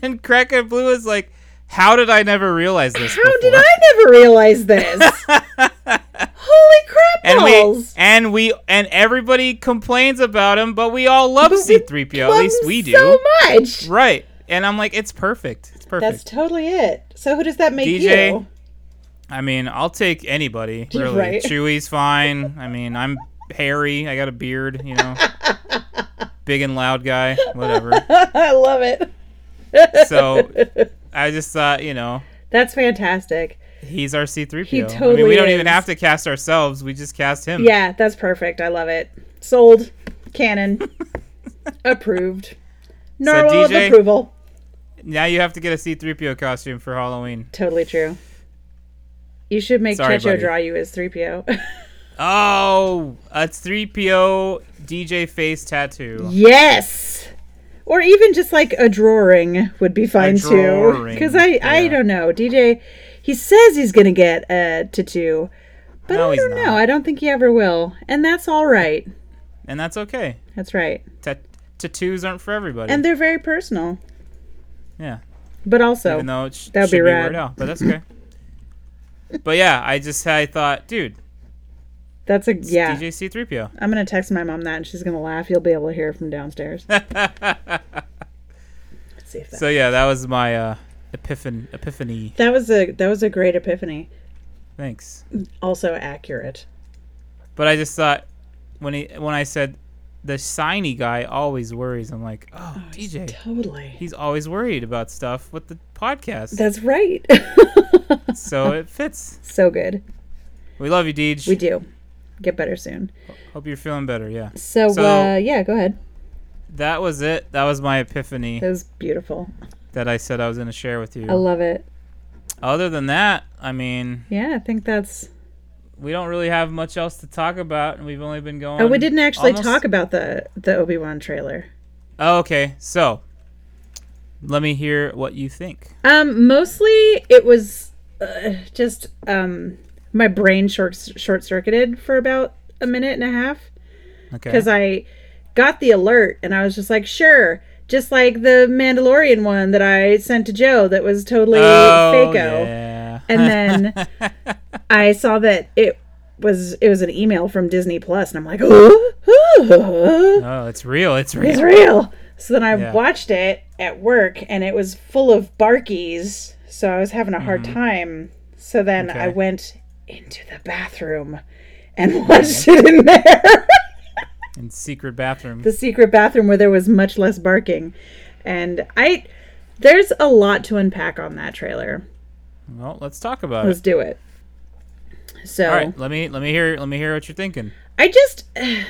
Speaker 3: and Cracker Blue is like, how did I never realize this?
Speaker 2: How did
Speaker 3: before?"
Speaker 2: I never realize this? Holy crap
Speaker 3: And we
Speaker 2: balls!
Speaker 3: and we and everybody complains about him, but we all love
Speaker 2: But we
Speaker 3: C3PO. At
Speaker 2: Love
Speaker 3: least we do,
Speaker 2: so much.
Speaker 3: right? And I'm like, it's perfect. It's perfect.
Speaker 2: That's totally it. So who does that make
Speaker 3: DJ,
Speaker 2: you?
Speaker 3: I mean, I'll take anybody,
Speaker 2: You're
Speaker 3: really.
Speaker 2: right.
Speaker 3: Chewie's fine. I mean, I'm hairy. I got a beard, you know. Big and loud guy, whatever.
Speaker 2: I love it.
Speaker 3: So I just thought, you know,
Speaker 2: That's fantastic.
Speaker 3: he's our C3PO.
Speaker 2: He
Speaker 3: I mean, we
Speaker 2: totally
Speaker 3: don't even
Speaker 2: is.
Speaker 3: have to cast ourselves. We just cast him.
Speaker 2: Yeah, that's perfect. I love it. Sold. Canon. Approved. Narwhal of
Speaker 3: DJ
Speaker 2: approval.
Speaker 3: now you have to get a C3PO costume for Halloween.
Speaker 2: Totally true. You should make
Speaker 3: Sorry,
Speaker 2: Checho
Speaker 3: buddy.
Speaker 2: draw you as 3PO.
Speaker 3: Oh, a 3PO DJ face tattoo.
Speaker 2: yes. Or even just like a drawing would be fine too.
Speaker 3: drawing,
Speaker 2: Because I, I
Speaker 3: yeah.
Speaker 2: don't know. DJ, he says he's going to get a tattoo, but
Speaker 3: No,
Speaker 2: I
Speaker 3: he's
Speaker 2: don't know.
Speaker 3: not.
Speaker 2: I don't think he ever will. And that's all right.
Speaker 3: And that's okay.
Speaker 2: That's right.
Speaker 3: Tat- tattoos aren't for everybody.
Speaker 2: And they're very personal,
Speaker 3: yeah.
Speaker 2: but also.
Speaker 3: Even though it sh-
Speaker 2: that'd
Speaker 3: should
Speaker 2: be
Speaker 3: be,
Speaker 2: rad.
Speaker 3: Weird Al, but that's okay. but yeah, I just I thought, dude,
Speaker 2: That's a yeah.
Speaker 3: DJ C3PO.
Speaker 2: I'm gonna text my mom that, and she's gonna laugh. You'll be able to hear it from downstairs. Let's see if that.
Speaker 3: So yeah, that was my uh epiphan- epiphany.
Speaker 2: that was a that was a great epiphany.
Speaker 3: Thanks.
Speaker 2: Also accurate.
Speaker 3: But I just thought when he when I said the shiny guy always worries, I'm like, oh, DJ,
Speaker 2: Totally.
Speaker 3: he's always worried about stuff with the podcast.
Speaker 2: That's right.
Speaker 3: so it fits.
Speaker 2: so good.
Speaker 3: We love you, Deej.
Speaker 2: We do. Get better soon.
Speaker 3: Hope you're feeling better. Yeah.
Speaker 2: So,
Speaker 3: So-
Speaker 2: uh, yeah, go ahead.
Speaker 3: That was it. That was my epiphany
Speaker 2: That was beautiful.
Speaker 3: that I said I was going to share with you.
Speaker 2: I love it.
Speaker 3: Other than that, I mean,
Speaker 2: Yeah, I think that's.
Speaker 3: we don't really have much else to talk about, and we've only been going.
Speaker 2: Oh, we didn't actually
Speaker 3: almost-
Speaker 2: talk about the the Obi Wan trailer.
Speaker 3: Oh, okay, so let me hear what you think.
Speaker 2: Um, mostly it was uh, just um my brain short short circuited for about a minute and a half.
Speaker 3: Okay.
Speaker 2: because I got the alert and I was just like, sure, just like the Mandalorian one that I sent to Joe that was totally
Speaker 3: oh,
Speaker 2: fake.
Speaker 3: yeah.
Speaker 2: And then I saw that it was it was an email from Disney Plus, and I'm like, oh,
Speaker 3: oh, it's real. It's real.
Speaker 2: it's real. So then I
Speaker 3: Yeah.
Speaker 2: watched it at work, and it was full of barkies. So I was having a hard time. So then I
Speaker 3: Mm-hmm. Okay.
Speaker 2: went into the bathroom and watched it in there.
Speaker 3: In secret bathroom.
Speaker 2: the secret bathroom where there was much less barking. And I there's a lot to unpack on that trailer.
Speaker 3: well, let's talk about
Speaker 2: Let's
Speaker 3: it.
Speaker 2: do it. So
Speaker 3: All right, let me let me hear let me hear what you're thinking.
Speaker 2: I just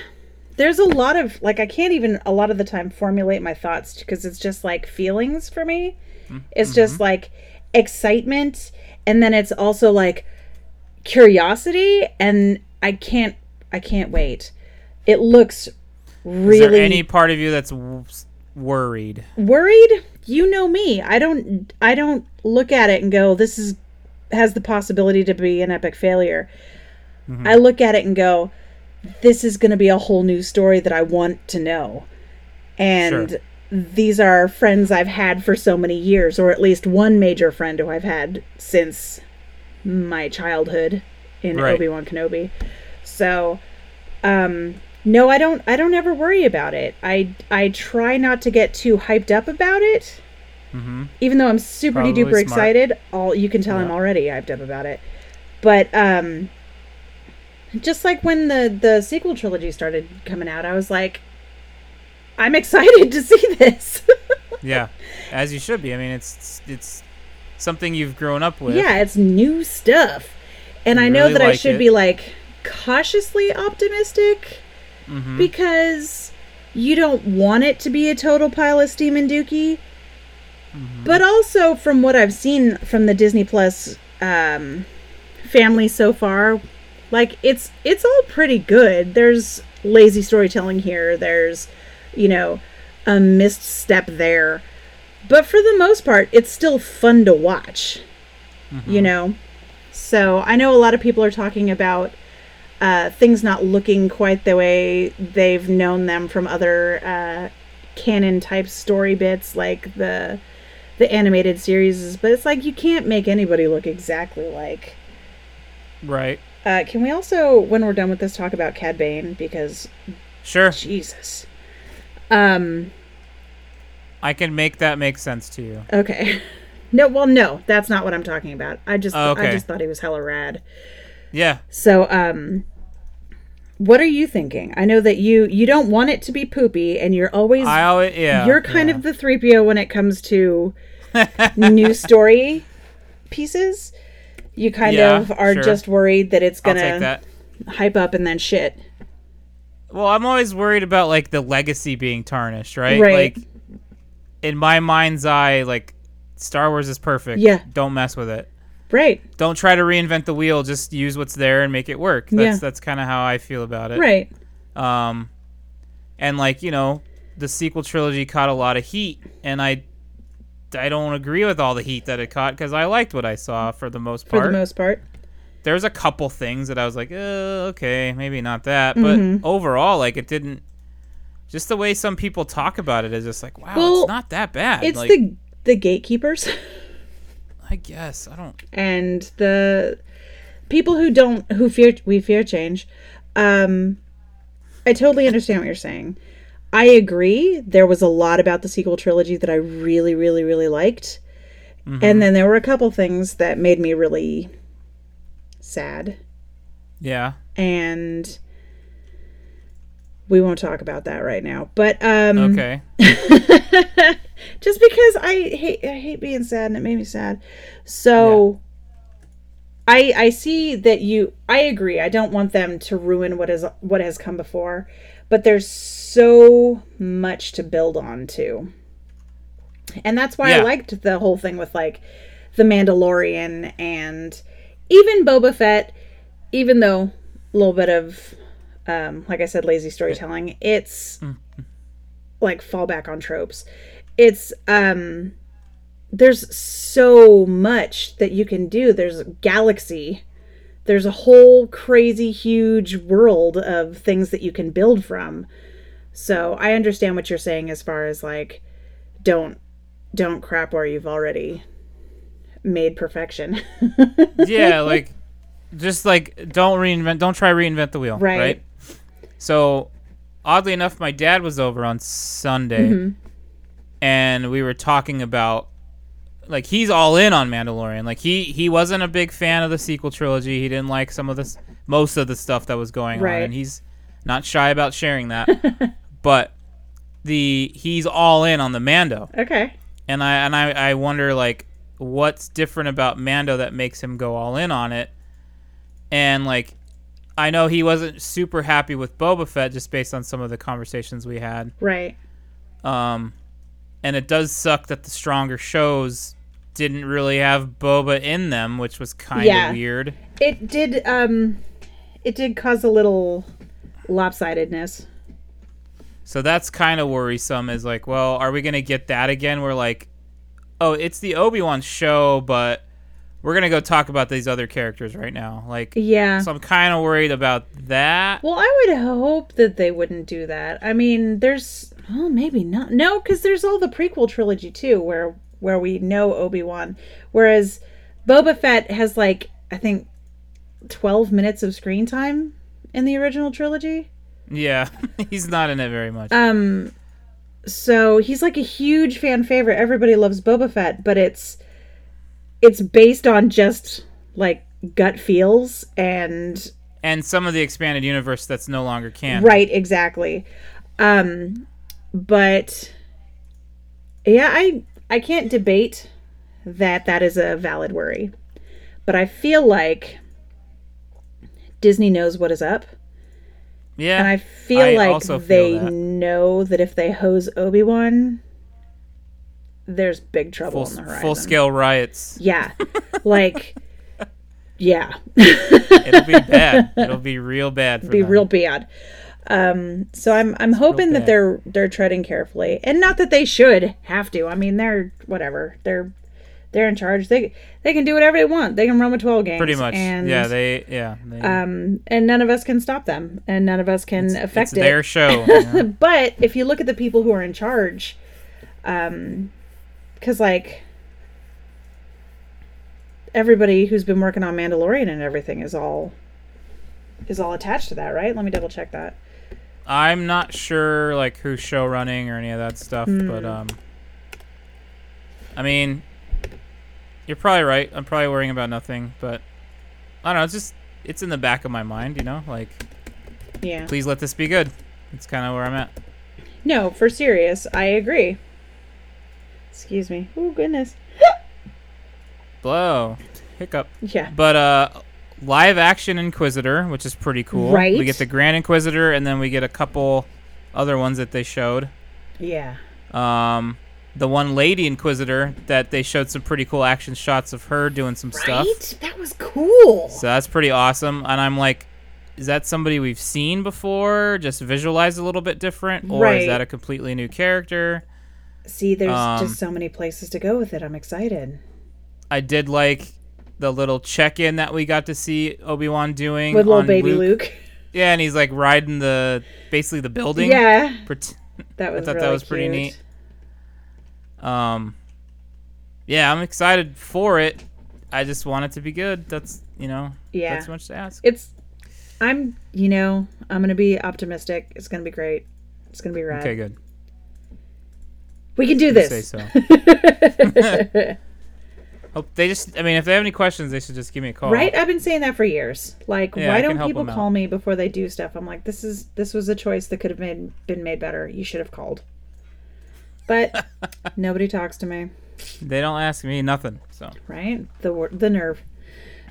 Speaker 2: there's a lot of like I can't even a lot of the time formulate my thoughts because it's just like feelings for me.
Speaker 3: Mm-hmm.
Speaker 2: It's just like excitement and then it's also like curiosity and I can't I can't wait. It looks really
Speaker 3: Is there any part of you that's w- worried?
Speaker 2: worried you know me i don't i don't look at it and go this is has the possibility to be an epic failure i look at it and go this is going to be a whole new story that i want to know and
Speaker 3: Sure.
Speaker 2: these are friends i've had for so many years or at least one major friend who i've had since my childhood in
Speaker 3: Right.
Speaker 2: obi-wan kenobi so um no i don't i don't ever worry about it i i try not to get too hyped up about it
Speaker 3: Mm-hmm.
Speaker 2: even though i'm super
Speaker 3: Probably
Speaker 2: duper
Speaker 3: smart.
Speaker 2: excited all you can tell i'm
Speaker 3: Yeah.
Speaker 2: already hyped up about it but um just like when the the sequel trilogy started coming out i was like i'm excited to see this
Speaker 3: Yeah, as you should be. I mean, it's it's something you've grown up with.
Speaker 2: yeah it's new stuff and i know
Speaker 3: Really
Speaker 2: that i
Speaker 3: like
Speaker 2: should
Speaker 3: it.
Speaker 2: be like cautiously optimistic
Speaker 3: Mm-hmm.
Speaker 2: because you don't want it to be a total pile of steam and dookie. But also, from what I've seen from the Disney Plus um, family so far, like it's it's all pretty good. There's lazy storytelling here. There's, you know, a missed step there. But for the most part, it's still fun to watch. You know, so I know a lot of people are talking about uh, things not looking quite the way they've known them from other uh, canon type story bits like the the animated series but it's like you can't make anybody look exactly like
Speaker 3: Right.
Speaker 2: uh, can we also when we're done with this talk about cad bane because
Speaker 3: Sure.
Speaker 2: jesus um
Speaker 3: I can make that make sense to you.
Speaker 2: okay no well no that's not what i'm talking about i just
Speaker 3: Oh,
Speaker 2: i
Speaker 3: okay.
Speaker 2: just thought he was hella rad
Speaker 3: Yeah.
Speaker 2: So, um, what are you thinking? I know that you you don't want it to be poopy, and you're always
Speaker 3: I always yeah.
Speaker 2: you're kind
Speaker 3: yeah.
Speaker 2: of the three PO when it comes to new story pieces. You kind
Speaker 3: Yeah,
Speaker 2: of are
Speaker 3: sure.
Speaker 2: just worried that it's
Speaker 3: I'll take
Speaker 2: gonna
Speaker 3: that.
Speaker 2: hype up and then shit.
Speaker 3: Well, I'm always worried about like the legacy being tarnished, right?
Speaker 2: Right.
Speaker 3: Like in my mind's eye, like Star Wars is perfect.
Speaker 2: Yeah.
Speaker 3: Don't mess with it.
Speaker 2: Right.
Speaker 3: Don't try to reinvent the wheel. Just use what's there and make it work. That's
Speaker 2: Yeah.
Speaker 3: that's kind of how I feel about it.
Speaker 2: Right.
Speaker 3: Um, and like you know, the sequel trilogy caught a lot of heat, and I, I don't agree with all the heat that it caught because I liked what I saw for the most
Speaker 2: For
Speaker 3: part.
Speaker 2: the most part.
Speaker 3: there was a couple things that I was like, uh, okay, maybe not that, but
Speaker 2: Mm-hmm.
Speaker 3: overall, like it didn't. Just the way some people talk about it is just like, wow,
Speaker 2: Well,
Speaker 3: it's not that bad.
Speaker 2: It's
Speaker 3: like,
Speaker 2: the the gatekeepers
Speaker 3: I guess I don't.
Speaker 2: and the people who don't who fear we fear change. Um I totally understand what you're saying. I agree. There was a lot about the sequel trilogy that I really, really, really liked. And then there were a couple things that made me really sad.
Speaker 3: Yeah,
Speaker 2: And we won't talk about that right now. But um
Speaker 3: okay.
Speaker 2: just because I hate I hate being sad and it made me sad. So I I see that you I agree. I don't want them to ruin what is what has come before, but there's so much to build on too. And that's why I
Speaker 3: Yeah.
Speaker 2: liked the whole thing with like the Mandalorian and even Boba Fett, even though a little bit of um, like I said, lazy storytelling. It's like fall back on tropes. It's um there's so much that you can do. There's a galaxy. There's a whole crazy huge world of things that you can build from. So I understand what you're saying as far as like don't don't crap where you've already made perfection.
Speaker 3: yeah, like just like don't reinvent don't try reinvent the wheel,
Speaker 2: Right.
Speaker 3: right? So oddly enough, my dad was over on Sunday
Speaker 2: Mm-hmm.
Speaker 3: and we were talking about like he's all in on Mandalorian. Like he he wasn't a big fan of the sequel trilogy. He didn't like some of this most of the stuff that was going
Speaker 2: Right.
Speaker 3: on and he's not shy about sharing that. but the he's all in on the Mando
Speaker 2: okay.
Speaker 3: and I and I, I wonder like what's different about Mando that makes him go all in on it, and like I know he wasn't super happy with Boba Fett just based on some of the conversations we had,
Speaker 2: Right.
Speaker 3: um, and it does suck that the stronger shows didn't really have Boba in them, which was kind of
Speaker 2: Yeah.
Speaker 3: weird.
Speaker 2: It did um it did cause a little lopsidedness.
Speaker 3: So that's kind of worrisome. Is like, well, are we gonna get that again? We're like, oh, it's the Obi Wan show, but we're gonna go talk about these other characters right now. Like,
Speaker 2: Yeah.
Speaker 3: So I'm kind of worried about that.
Speaker 2: Well, I would hope that they wouldn't do that. I mean, there's well, maybe not. No, because there's all the prequel trilogy too, where where we know Obi Wan, whereas Boba Fett has like I think twelve minutes of screen time in the original trilogy.
Speaker 3: Yeah, he's not in it very much.
Speaker 2: Um, so he's like a huge fan favorite. Everybody loves Boba Fett, but it's it's based on just like gut feels and
Speaker 3: and some of the expanded universe that's no longer canon.
Speaker 2: Right, exactly. Um but yeah, I I can't debate that that is a valid worry. But I feel like Disney knows what is up
Speaker 3: Yeah.
Speaker 2: and I feel
Speaker 3: I
Speaker 2: like
Speaker 3: also feel
Speaker 2: they
Speaker 3: that.
Speaker 2: know that if they hose Obi-Wan there's big trouble
Speaker 3: full,
Speaker 2: on the horizon.
Speaker 3: full scale riots.
Speaker 2: Yeah. like yeah.
Speaker 3: It'll be bad. It'll be real bad. For
Speaker 2: be
Speaker 3: them.
Speaker 2: real bad. Um, so I'm I'm hoping that
Speaker 3: bad.
Speaker 2: they're they're treading carefully, and not that they should have to. I mean, they're whatever. They're they're in charge. They they can do whatever they want. They can run with twelve games,
Speaker 3: Pretty much.
Speaker 2: And,
Speaker 3: yeah. They. Yeah. They,
Speaker 2: um, and none of us can stop them, and none of us can
Speaker 3: it's
Speaker 2: affect it.
Speaker 3: their show. yeah.
Speaker 2: But if you look at the people who are in charge, because like everybody who's been working on Mandalorian and everything is all is all attached to that, right? Let me double check that.
Speaker 3: I'm not sure like who's show running or any of that stuff,
Speaker 2: Hmm.
Speaker 3: but um, I mean, you're probably right. I'm probably worrying about nothing, but I don't know. It's just it's in the back of my mind, you know. Like,
Speaker 2: Yeah.
Speaker 3: please let this be good. That's kind of where I'm at.
Speaker 2: No, for serious, I agree. Excuse me. Oh goodness.
Speaker 3: Blow, hiccup.
Speaker 2: Yeah.
Speaker 3: But uh, live action Inquisitor, which is pretty cool.
Speaker 2: Right.
Speaker 3: We get the Grand Inquisitor, and then we get a couple other ones that they showed.
Speaker 2: Yeah.
Speaker 3: Um, the one lady inquisitor that they showed some pretty cool action shots of her doing some stuff.
Speaker 2: Right? That was cool.
Speaker 3: So that's pretty awesome. And I'm like, is that somebody we've seen before, just visualized a little bit different, or
Speaker 2: Right.
Speaker 3: is that a completely new character?
Speaker 2: See, there's
Speaker 3: Um,
Speaker 2: just so many places to go with it. I'm excited.
Speaker 3: I did like the little check-in that we got to see Obi Wan doing
Speaker 2: With little
Speaker 3: on
Speaker 2: baby Luke.
Speaker 3: Yeah, and he's like riding the basically the building.
Speaker 2: Yeah.
Speaker 3: Pret-
Speaker 2: That was
Speaker 3: thought that
Speaker 2: really
Speaker 3: was pretty
Speaker 2: cute.
Speaker 3: neat. Um, yeah, I'm excited for it. I just want it to be good. That's you know,
Speaker 2: Yeah.
Speaker 3: that's much to ask.
Speaker 2: It's I'm you know, I'm gonna be optimistic. It's gonna be great. It's gonna be rad.
Speaker 3: Okay, good.
Speaker 2: We can do
Speaker 3: You Say
Speaker 2: this.
Speaker 3: so. Hope they just. I mean, if they have any questions, they should just give me a call.
Speaker 2: Right? I've been saying that for years. Like,
Speaker 3: Oh. Yeah, I
Speaker 2: why
Speaker 3: can
Speaker 2: don't
Speaker 3: help
Speaker 2: people
Speaker 3: 'em out.
Speaker 2: call me before they do stuff? I'm like, this is this was a choice that could have made been made better. You should have called. But nobody talks to me,
Speaker 3: They don't ask me nothing. So
Speaker 2: right? The wor- the nerve.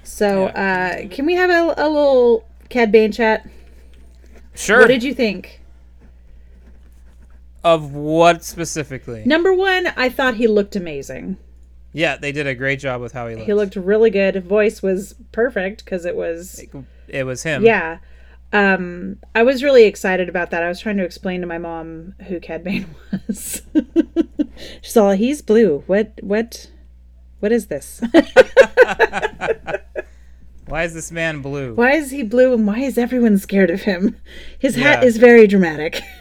Speaker 2: So, uh, can we have a, a little Cad Bane chat?
Speaker 3: sure.
Speaker 2: What did you think?
Speaker 3: of what specifically?
Speaker 2: Number one, I thought he looked amazing.
Speaker 3: Yeah, they did a great job with how he looked.
Speaker 2: He looked really good. Voice was perfect because it was
Speaker 3: It was him.
Speaker 2: yeah. Um, I was really excited about that. I was trying to explain to my mom who Cad Bane was. She's all, "He's blue. What? What? What is this?
Speaker 3: Why is this man blue?
Speaker 2: why is he blue? And why is everyone scared of him? His hat
Speaker 3: Yeah.
Speaker 2: is very dramatic."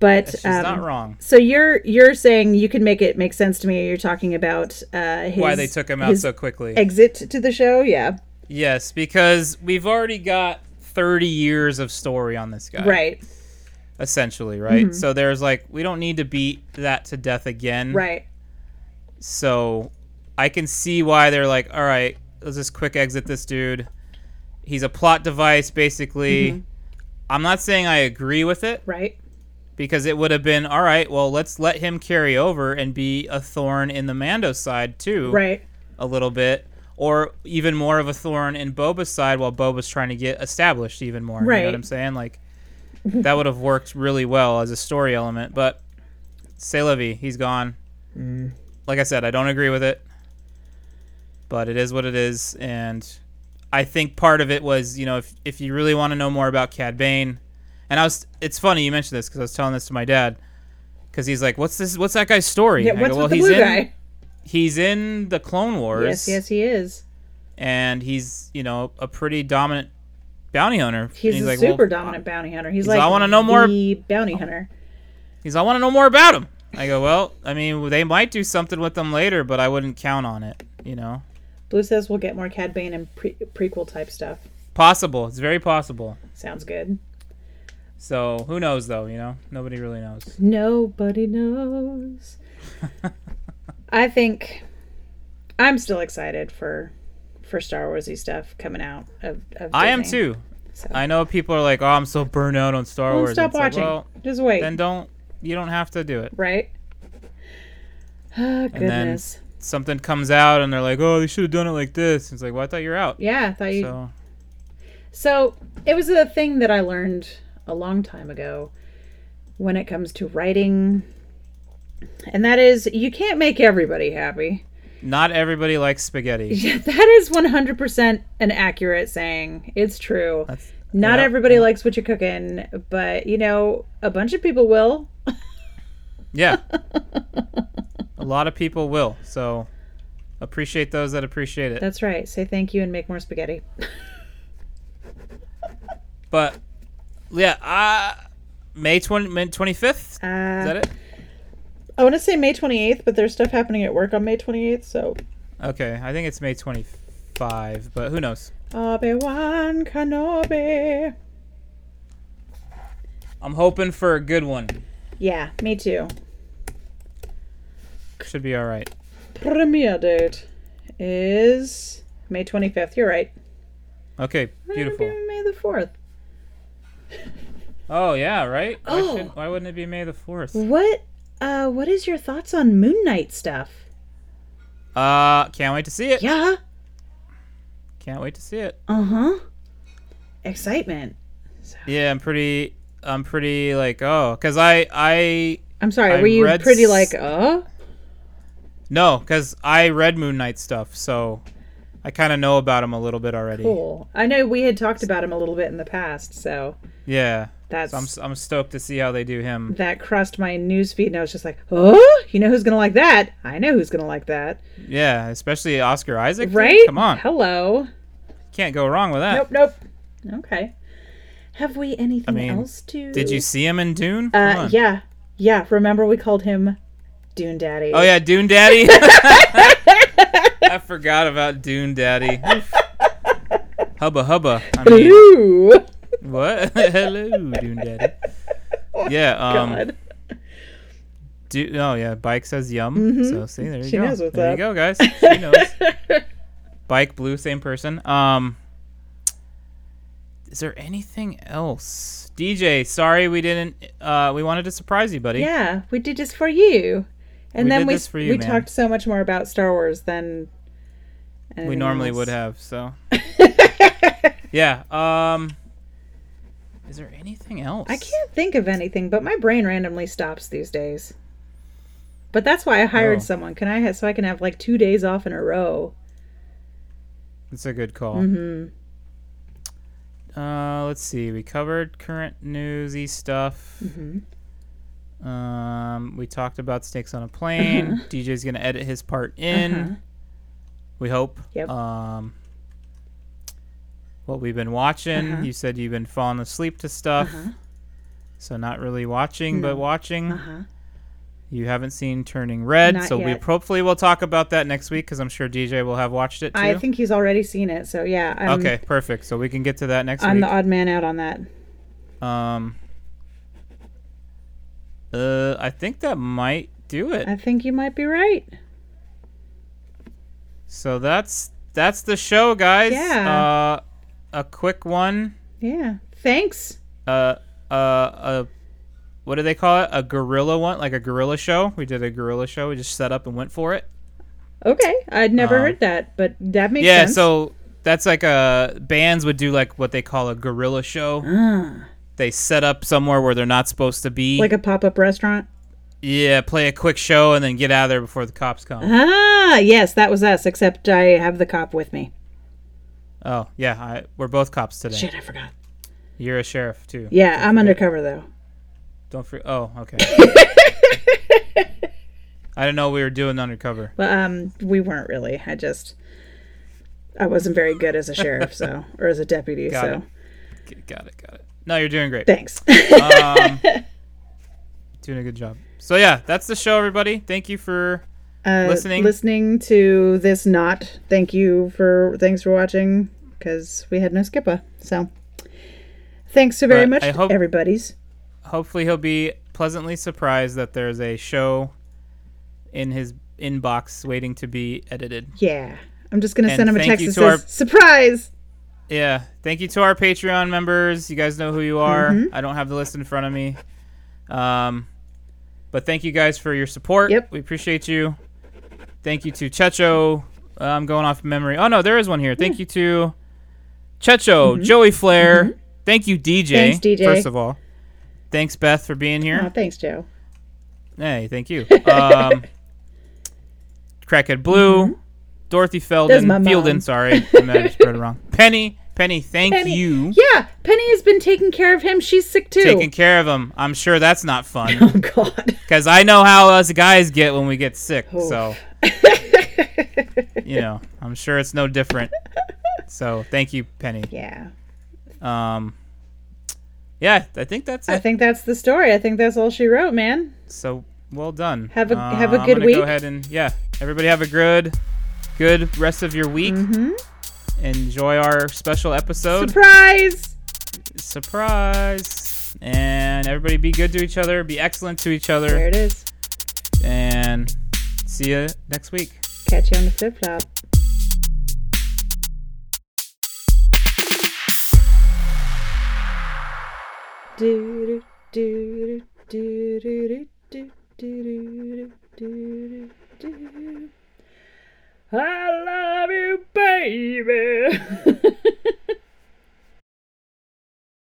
Speaker 2: but
Speaker 3: She's
Speaker 2: um,
Speaker 3: not wrong.
Speaker 2: So you're you're saying you can make it make sense to me. You're talking about uh, his,
Speaker 3: Why they took him out
Speaker 2: his
Speaker 3: so quickly?
Speaker 2: exit to the show. Yeah,
Speaker 3: Yes, because we've already got 30 years of story on this guy.
Speaker 2: right, Mm-hmm.
Speaker 3: Essentially, right? So there's like, we don't need to beat that to death again.
Speaker 2: right.
Speaker 3: So I can see why they're like, all right, let's just quick exit this dude. He's a plot device, basically.
Speaker 2: Mm-hmm.
Speaker 3: I'm not saying I agree with it
Speaker 2: Right.
Speaker 3: because it would have been, all right, well, let's let him carry over and be a thorn in the Mando side, too.
Speaker 2: Right.
Speaker 3: a little bit, or even more of a thorn in Boba's side while Boba's trying to get established even more. You
Speaker 2: Right.
Speaker 3: know what I'm saying? Like that would have worked really well as a story element, but say Levy, he's gone.
Speaker 2: Mm.
Speaker 3: Like I said, I don't agree with it, but it is what it is, and I think part of it was, you know, if if you really want to know more about Cad Bane, and I was, it's funny you mentioned this because I was telling this to my dad. Because he's like, what's this? What's that guy's story?
Speaker 2: Yeah.
Speaker 3: And I
Speaker 2: What's
Speaker 3: go, well,
Speaker 2: with the
Speaker 3: he's
Speaker 2: blue
Speaker 3: in,
Speaker 2: guy?
Speaker 3: He's in the Clone Wars
Speaker 2: Yes. Yes, he is.
Speaker 3: and he's you know a pretty dominant bounty hunter.
Speaker 2: He's,
Speaker 3: And
Speaker 2: a
Speaker 3: like, well,
Speaker 2: super dominant bounty hunter. He's,
Speaker 3: he's
Speaker 2: like,
Speaker 3: like, "I wanna know more-
Speaker 2: The bounty hunter.
Speaker 3: He's, I want to know more about him. I go, well, I mean, they might do something with them later, but I wouldn't count on it. You know,
Speaker 2: Blue says we'll get more Cad Bane and pre- prequel type stuff.
Speaker 3: possible. It's very possible.
Speaker 2: Sounds good.
Speaker 3: So who knows though? You know, nobody really knows.
Speaker 2: Nobody knows. I think I'm still excited for for Star Warsy stuff coming out of. of
Speaker 3: I am
Speaker 2: Disney.
Speaker 3: too.
Speaker 2: So-
Speaker 3: I know people are like, oh, I'm so burnt out on Star
Speaker 2: Don't
Speaker 3: Wars.
Speaker 2: stop
Speaker 3: It's like,
Speaker 2: watching.
Speaker 3: well,
Speaker 2: Just wait.
Speaker 3: then don't. You don't have to do it.
Speaker 2: right. Oh
Speaker 3: And then
Speaker 2: goodness.
Speaker 3: something comes out, and they're like, "Oh, they should have done it like this." It's like, "Well, I thought you were out."
Speaker 2: yeah, I thought you.
Speaker 3: So
Speaker 2: So it was a thing that I learned a long time ago when it comes to writing. And that is, you can't make everybody happy.
Speaker 3: not everybody likes spaghetti.
Speaker 2: That is 100% an accurate saying. It's true.
Speaker 3: That's,
Speaker 2: Not
Speaker 3: yeah,
Speaker 2: everybody
Speaker 3: yeah.
Speaker 2: likes what you're cooking, but you know, a bunch of people will.
Speaker 3: Yeah. a lot of people will. So appreciate those that appreciate it.
Speaker 2: That's right. Say thank you and make more spaghetti.
Speaker 3: But yeah, uh, May 20, May 25th?
Speaker 2: Uh,
Speaker 3: Is that it?
Speaker 2: I want to say May 28th, but there's stuff happening at work on May 28th, so
Speaker 3: Okay. I think it's May 25, but who knows?
Speaker 2: Obi-Wan Kenobi.
Speaker 3: I'm hoping for a good one.
Speaker 2: Yeah, me too.
Speaker 3: Should be all right.
Speaker 2: premiere date is May 25th. You're right.
Speaker 3: Okay. Beautiful.
Speaker 2: May the 4th.
Speaker 3: Oh, yeah, right?
Speaker 2: Oh.
Speaker 3: Why, should, why wouldn't it be May the 4th?
Speaker 2: What uh what is your thoughts on Moon Knight stuff?
Speaker 3: Uh, can't wait to see it.
Speaker 2: Yeah.
Speaker 3: Can't wait to see it.
Speaker 2: Uh-huh. Excitement.
Speaker 3: Yeah, I'm pretty I'm pretty like, oh, cuz I I
Speaker 2: I'm sorry.
Speaker 3: I
Speaker 2: were you
Speaker 3: read
Speaker 2: pretty
Speaker 3: s-
Speaker 2: like, oh?
Speaker 3: No, because I read Moon Knight stuff, so I kind of know about him a little bit already.
Speaker 2: Cool. I know we had talked about him a little bit in the past, so
Speaker 3: Yeah,
Speaker 2: that's
Speaker 3: so I'm s- I'm stoked to see how they do him.
Speaker 2: that crossed my newsfeed, and I was just like, oh, you know who's gonna like that? I know who's gonna like that,
Speaker 3: Yeah, especially Oscar Isaac. dude.
Speaker 2: right?
Speaker 3: Come on,
Speaker 2: Hello.
Speaker 3: can't go wrong with that.
Speaker 2: Nope. Nope. Okay. Have we anything
Speaker 3: mean,
Speaker 2: else to?
Speaker 3: Did you see him in Dune? Come
Speaker 2: Uh,
Speaker 3: on.
Speaker 2: yeah. Yeah. Remember we called him Dune Daddy.
Speaker 3: Oh yeah, Dune Daddy. I forgot about Dune Daddy. Oof. Hubba hubba. I mean,
Speaker 2: Ooh.
Speaker 3: what? Hello, Dune Daddy. Yeah. Um.
Speaker 2: God.
Speaker 3: Du- oh yeah, Bike says yum. So see, there you
Speaker 2: Mm-hmm. She
Speaker 3: go.
Speaker 2: knows what's
Speaker 3: there
Speaker 2: up.
Speaker 3: you go, guys. She knows. Bike blue, same person. Um. Is there anything else? DJ, sorry we didn't. Uh, we wanted to surprise you, buddy.
Speaker 2: Yeah, we did this for you. And
Speaker 3: We
Speaker 2: then
Speaker 3: did
Speaker 2: we
Speaker 3: this for you,
Speaker 2: we
Speaker 3: man.
Speaker 2: talked so much more about Star Wars than
Speaker 3: we
Speaker 2: anything
Speaker 3: normally
Speaker 2: else.
Speaker 3: would have. So, yeah. Um, is there anything else?
Speaker 2: I can't think of anything, but my brain randomly stops these days. But that's why I hired
Speaker 3: Oh.
Speaker 2: someone. Can I ha- so I can have like two days off in a row?
Speaker 3: It's a good call.
Speaker 2: Mm-hmm.
Speaker 3: Uh, let's see. We covered current newsy stuff.
Speaker 2: Mm-hmm.
Speaker 3: Um, we talked about snakes on a plane.
Speaker 2: Uh-huh.
Speaker 3: DJ's gonna edit his part in. We hope.
Speaker 2: Yep.
Speaker 3: Um, what we've been watching.
Speaker 2: Uh-huh.
Speaker 3: You said you've been falling asleep to stuff. So not really watching, but watching.
Speaker 2: Uh-huh.
Speaker 3: You haven't seen Turning Red,
Speaker 2: Not
Speaker 3: so we
Speaker 2: yet.
Speaker 3: hopefully we'll talk about that next week because I'm sure DJ will have watched it too.
Speaker 2: I think he's already seen it, so yeah. I'm,
Speaker 3: okay, perfect. So we can get to that next
Speaker 2: I'm
Speaker 3: week.
Speaker 2: the odd man out on that.
Speaker 3: Um. Uh, I think that might do it.
Speaker 2: I think you might be right.
Speaker 3: So that's that's the show, guys.
Speaker 2: Yeah.
Speaker 3: Uh, a quick one.
Speaker 2: Yeah. Thanks.
Speaker 3: Uh, uh, uh, what do they call it? A gorilla one, like a gorilla show. We did a gorilla show. We just set up and went for it.
Speaker 2: Okay, I'd never
Speaker 3: Uh,
Speaker 2: heard that, but that makes
Speaker 3: yeah.
Speaker 2: sense.
Speaker 3: So that's like uh bands would do like what they call a gorilla show. They set up somewhere where they're not supposed to be.
Speaker 2: like a pop-up restaurant.
Speaker 3: yeah, play a quick show and then get out of there before the cops come.
Speaker 2: Ah, yes, that was us. Except I have the cop with me.
Speaker 3: Oh yeah, I, we're both cops today.
Speaker 2: Shit, I forgot.
Speaker 3: You're a sheriff too.
Speaker 2: Yeah, I'm undercover though.
Speaker 3: Don't forget. Oh, okay. I didn't know we were doing undercover.
Speaker 2: But um, we weren't really. I just, I wasn't very good as a sheriff, so or as a deputy.
Speaker 3: Got
Speaker 2: so
Speaker 3: it. G- Got it. Got it. No, you're doing great. Um,
Speaker 2: thanks.
Speaker 3: Doing a good job. So yeah, that's the show, everybody. Thank you for
Speaker 2: Uh,
Speaker 3: listening.
Speaker 2: listening to this. Not thank you for thanks for watching because we had no skipper. So thanks so very
Speaker 3: But
Speaker 2: much,
Speaker 3: I
Speaker 2: to
Speaker 3: hope-
Speaker 2: everybody's.
Speaker 3: Hopefully, he'll be pleasantly surprised that there's a show in his inbox waiting to be edited.
Speaker 2: Yeah, I'm just gonna
Speaker 3: And
Speaker 2: send him a
Speaker 3: thank
Speaker 2: text
Speaker 3: you
Speaker 2: that
Speaker 3: to our-
Speaker 2: says surprise.
Speaker 3: Yeah. Thank you to our Patreon members. You guys know who you are.
Speaker 2: Mm-hmm.
Speaker 3: I don't have the list in front of me. Um, but thank you guys for your support.
Speaker 2: Yep.
Speaker 3: We appreciate you. Thank you to Checho. Uh, I'm going off memory. Oh, no, there is one here. Thank you to Checho, Joey Flair. Thank you, DJ.
Speaker 2: Mm-hmm. Thanks, DJ.
Speaker 3: First of all, thanks, Beth, for being here.
Speaker 2: Oh, thanks, Joe.
Speaker 3: Hey, thank you. Um, Crackhead Blue, Dorothy
Speaker 2: There's Mm-hmm. my
Speaker 3: Felden,
Speaker 2: mom.
Speaker 3: Fielden, sorry, I might have spread it wrong. Penny, Penny, thank
Speaker 2: Penny.
Speaker 3: you.
Speaker 2: Yeah, Penny has been taking care of him. She's sick too.
Speaker 3: Taking care of him. I'm sure that's not fun
Speaker 2: oh God.
Speaker 3: because I know how us guys get when we get sick. So, you know, I'm sure it's no different. So, thank you, Penny.
Speaker 2: Yeah.
Speaker 3: Um, yeah, I think that's
Speaker 2: I
Speaker 3: it.
Speaker 2: think that's the story. I think that's all she wrote, man.
Speaker 3: So well done. Uh,
Speaker 2: Have a- have a
Speaker 3: I'm
Speaker 2: good
Speaker 3: gonna
Speaker 2: week.
Speaker 3: Go ahead and yeah, everybody have a good, good rest of your week.
Speaker 2: Mm-hmm.
Speaker 3: Enjoy our special episode
Speaker 2: Surprise!
Speaker 3: surprise, and everybody be good to each other, be excellent to each
Speaker 2: There
Speaker 3: other,
Speaker 2: it is.
Speaker 3: and see you next week.
Speaker 2: Catch you on the flip flop. Do do do do do do do do do do do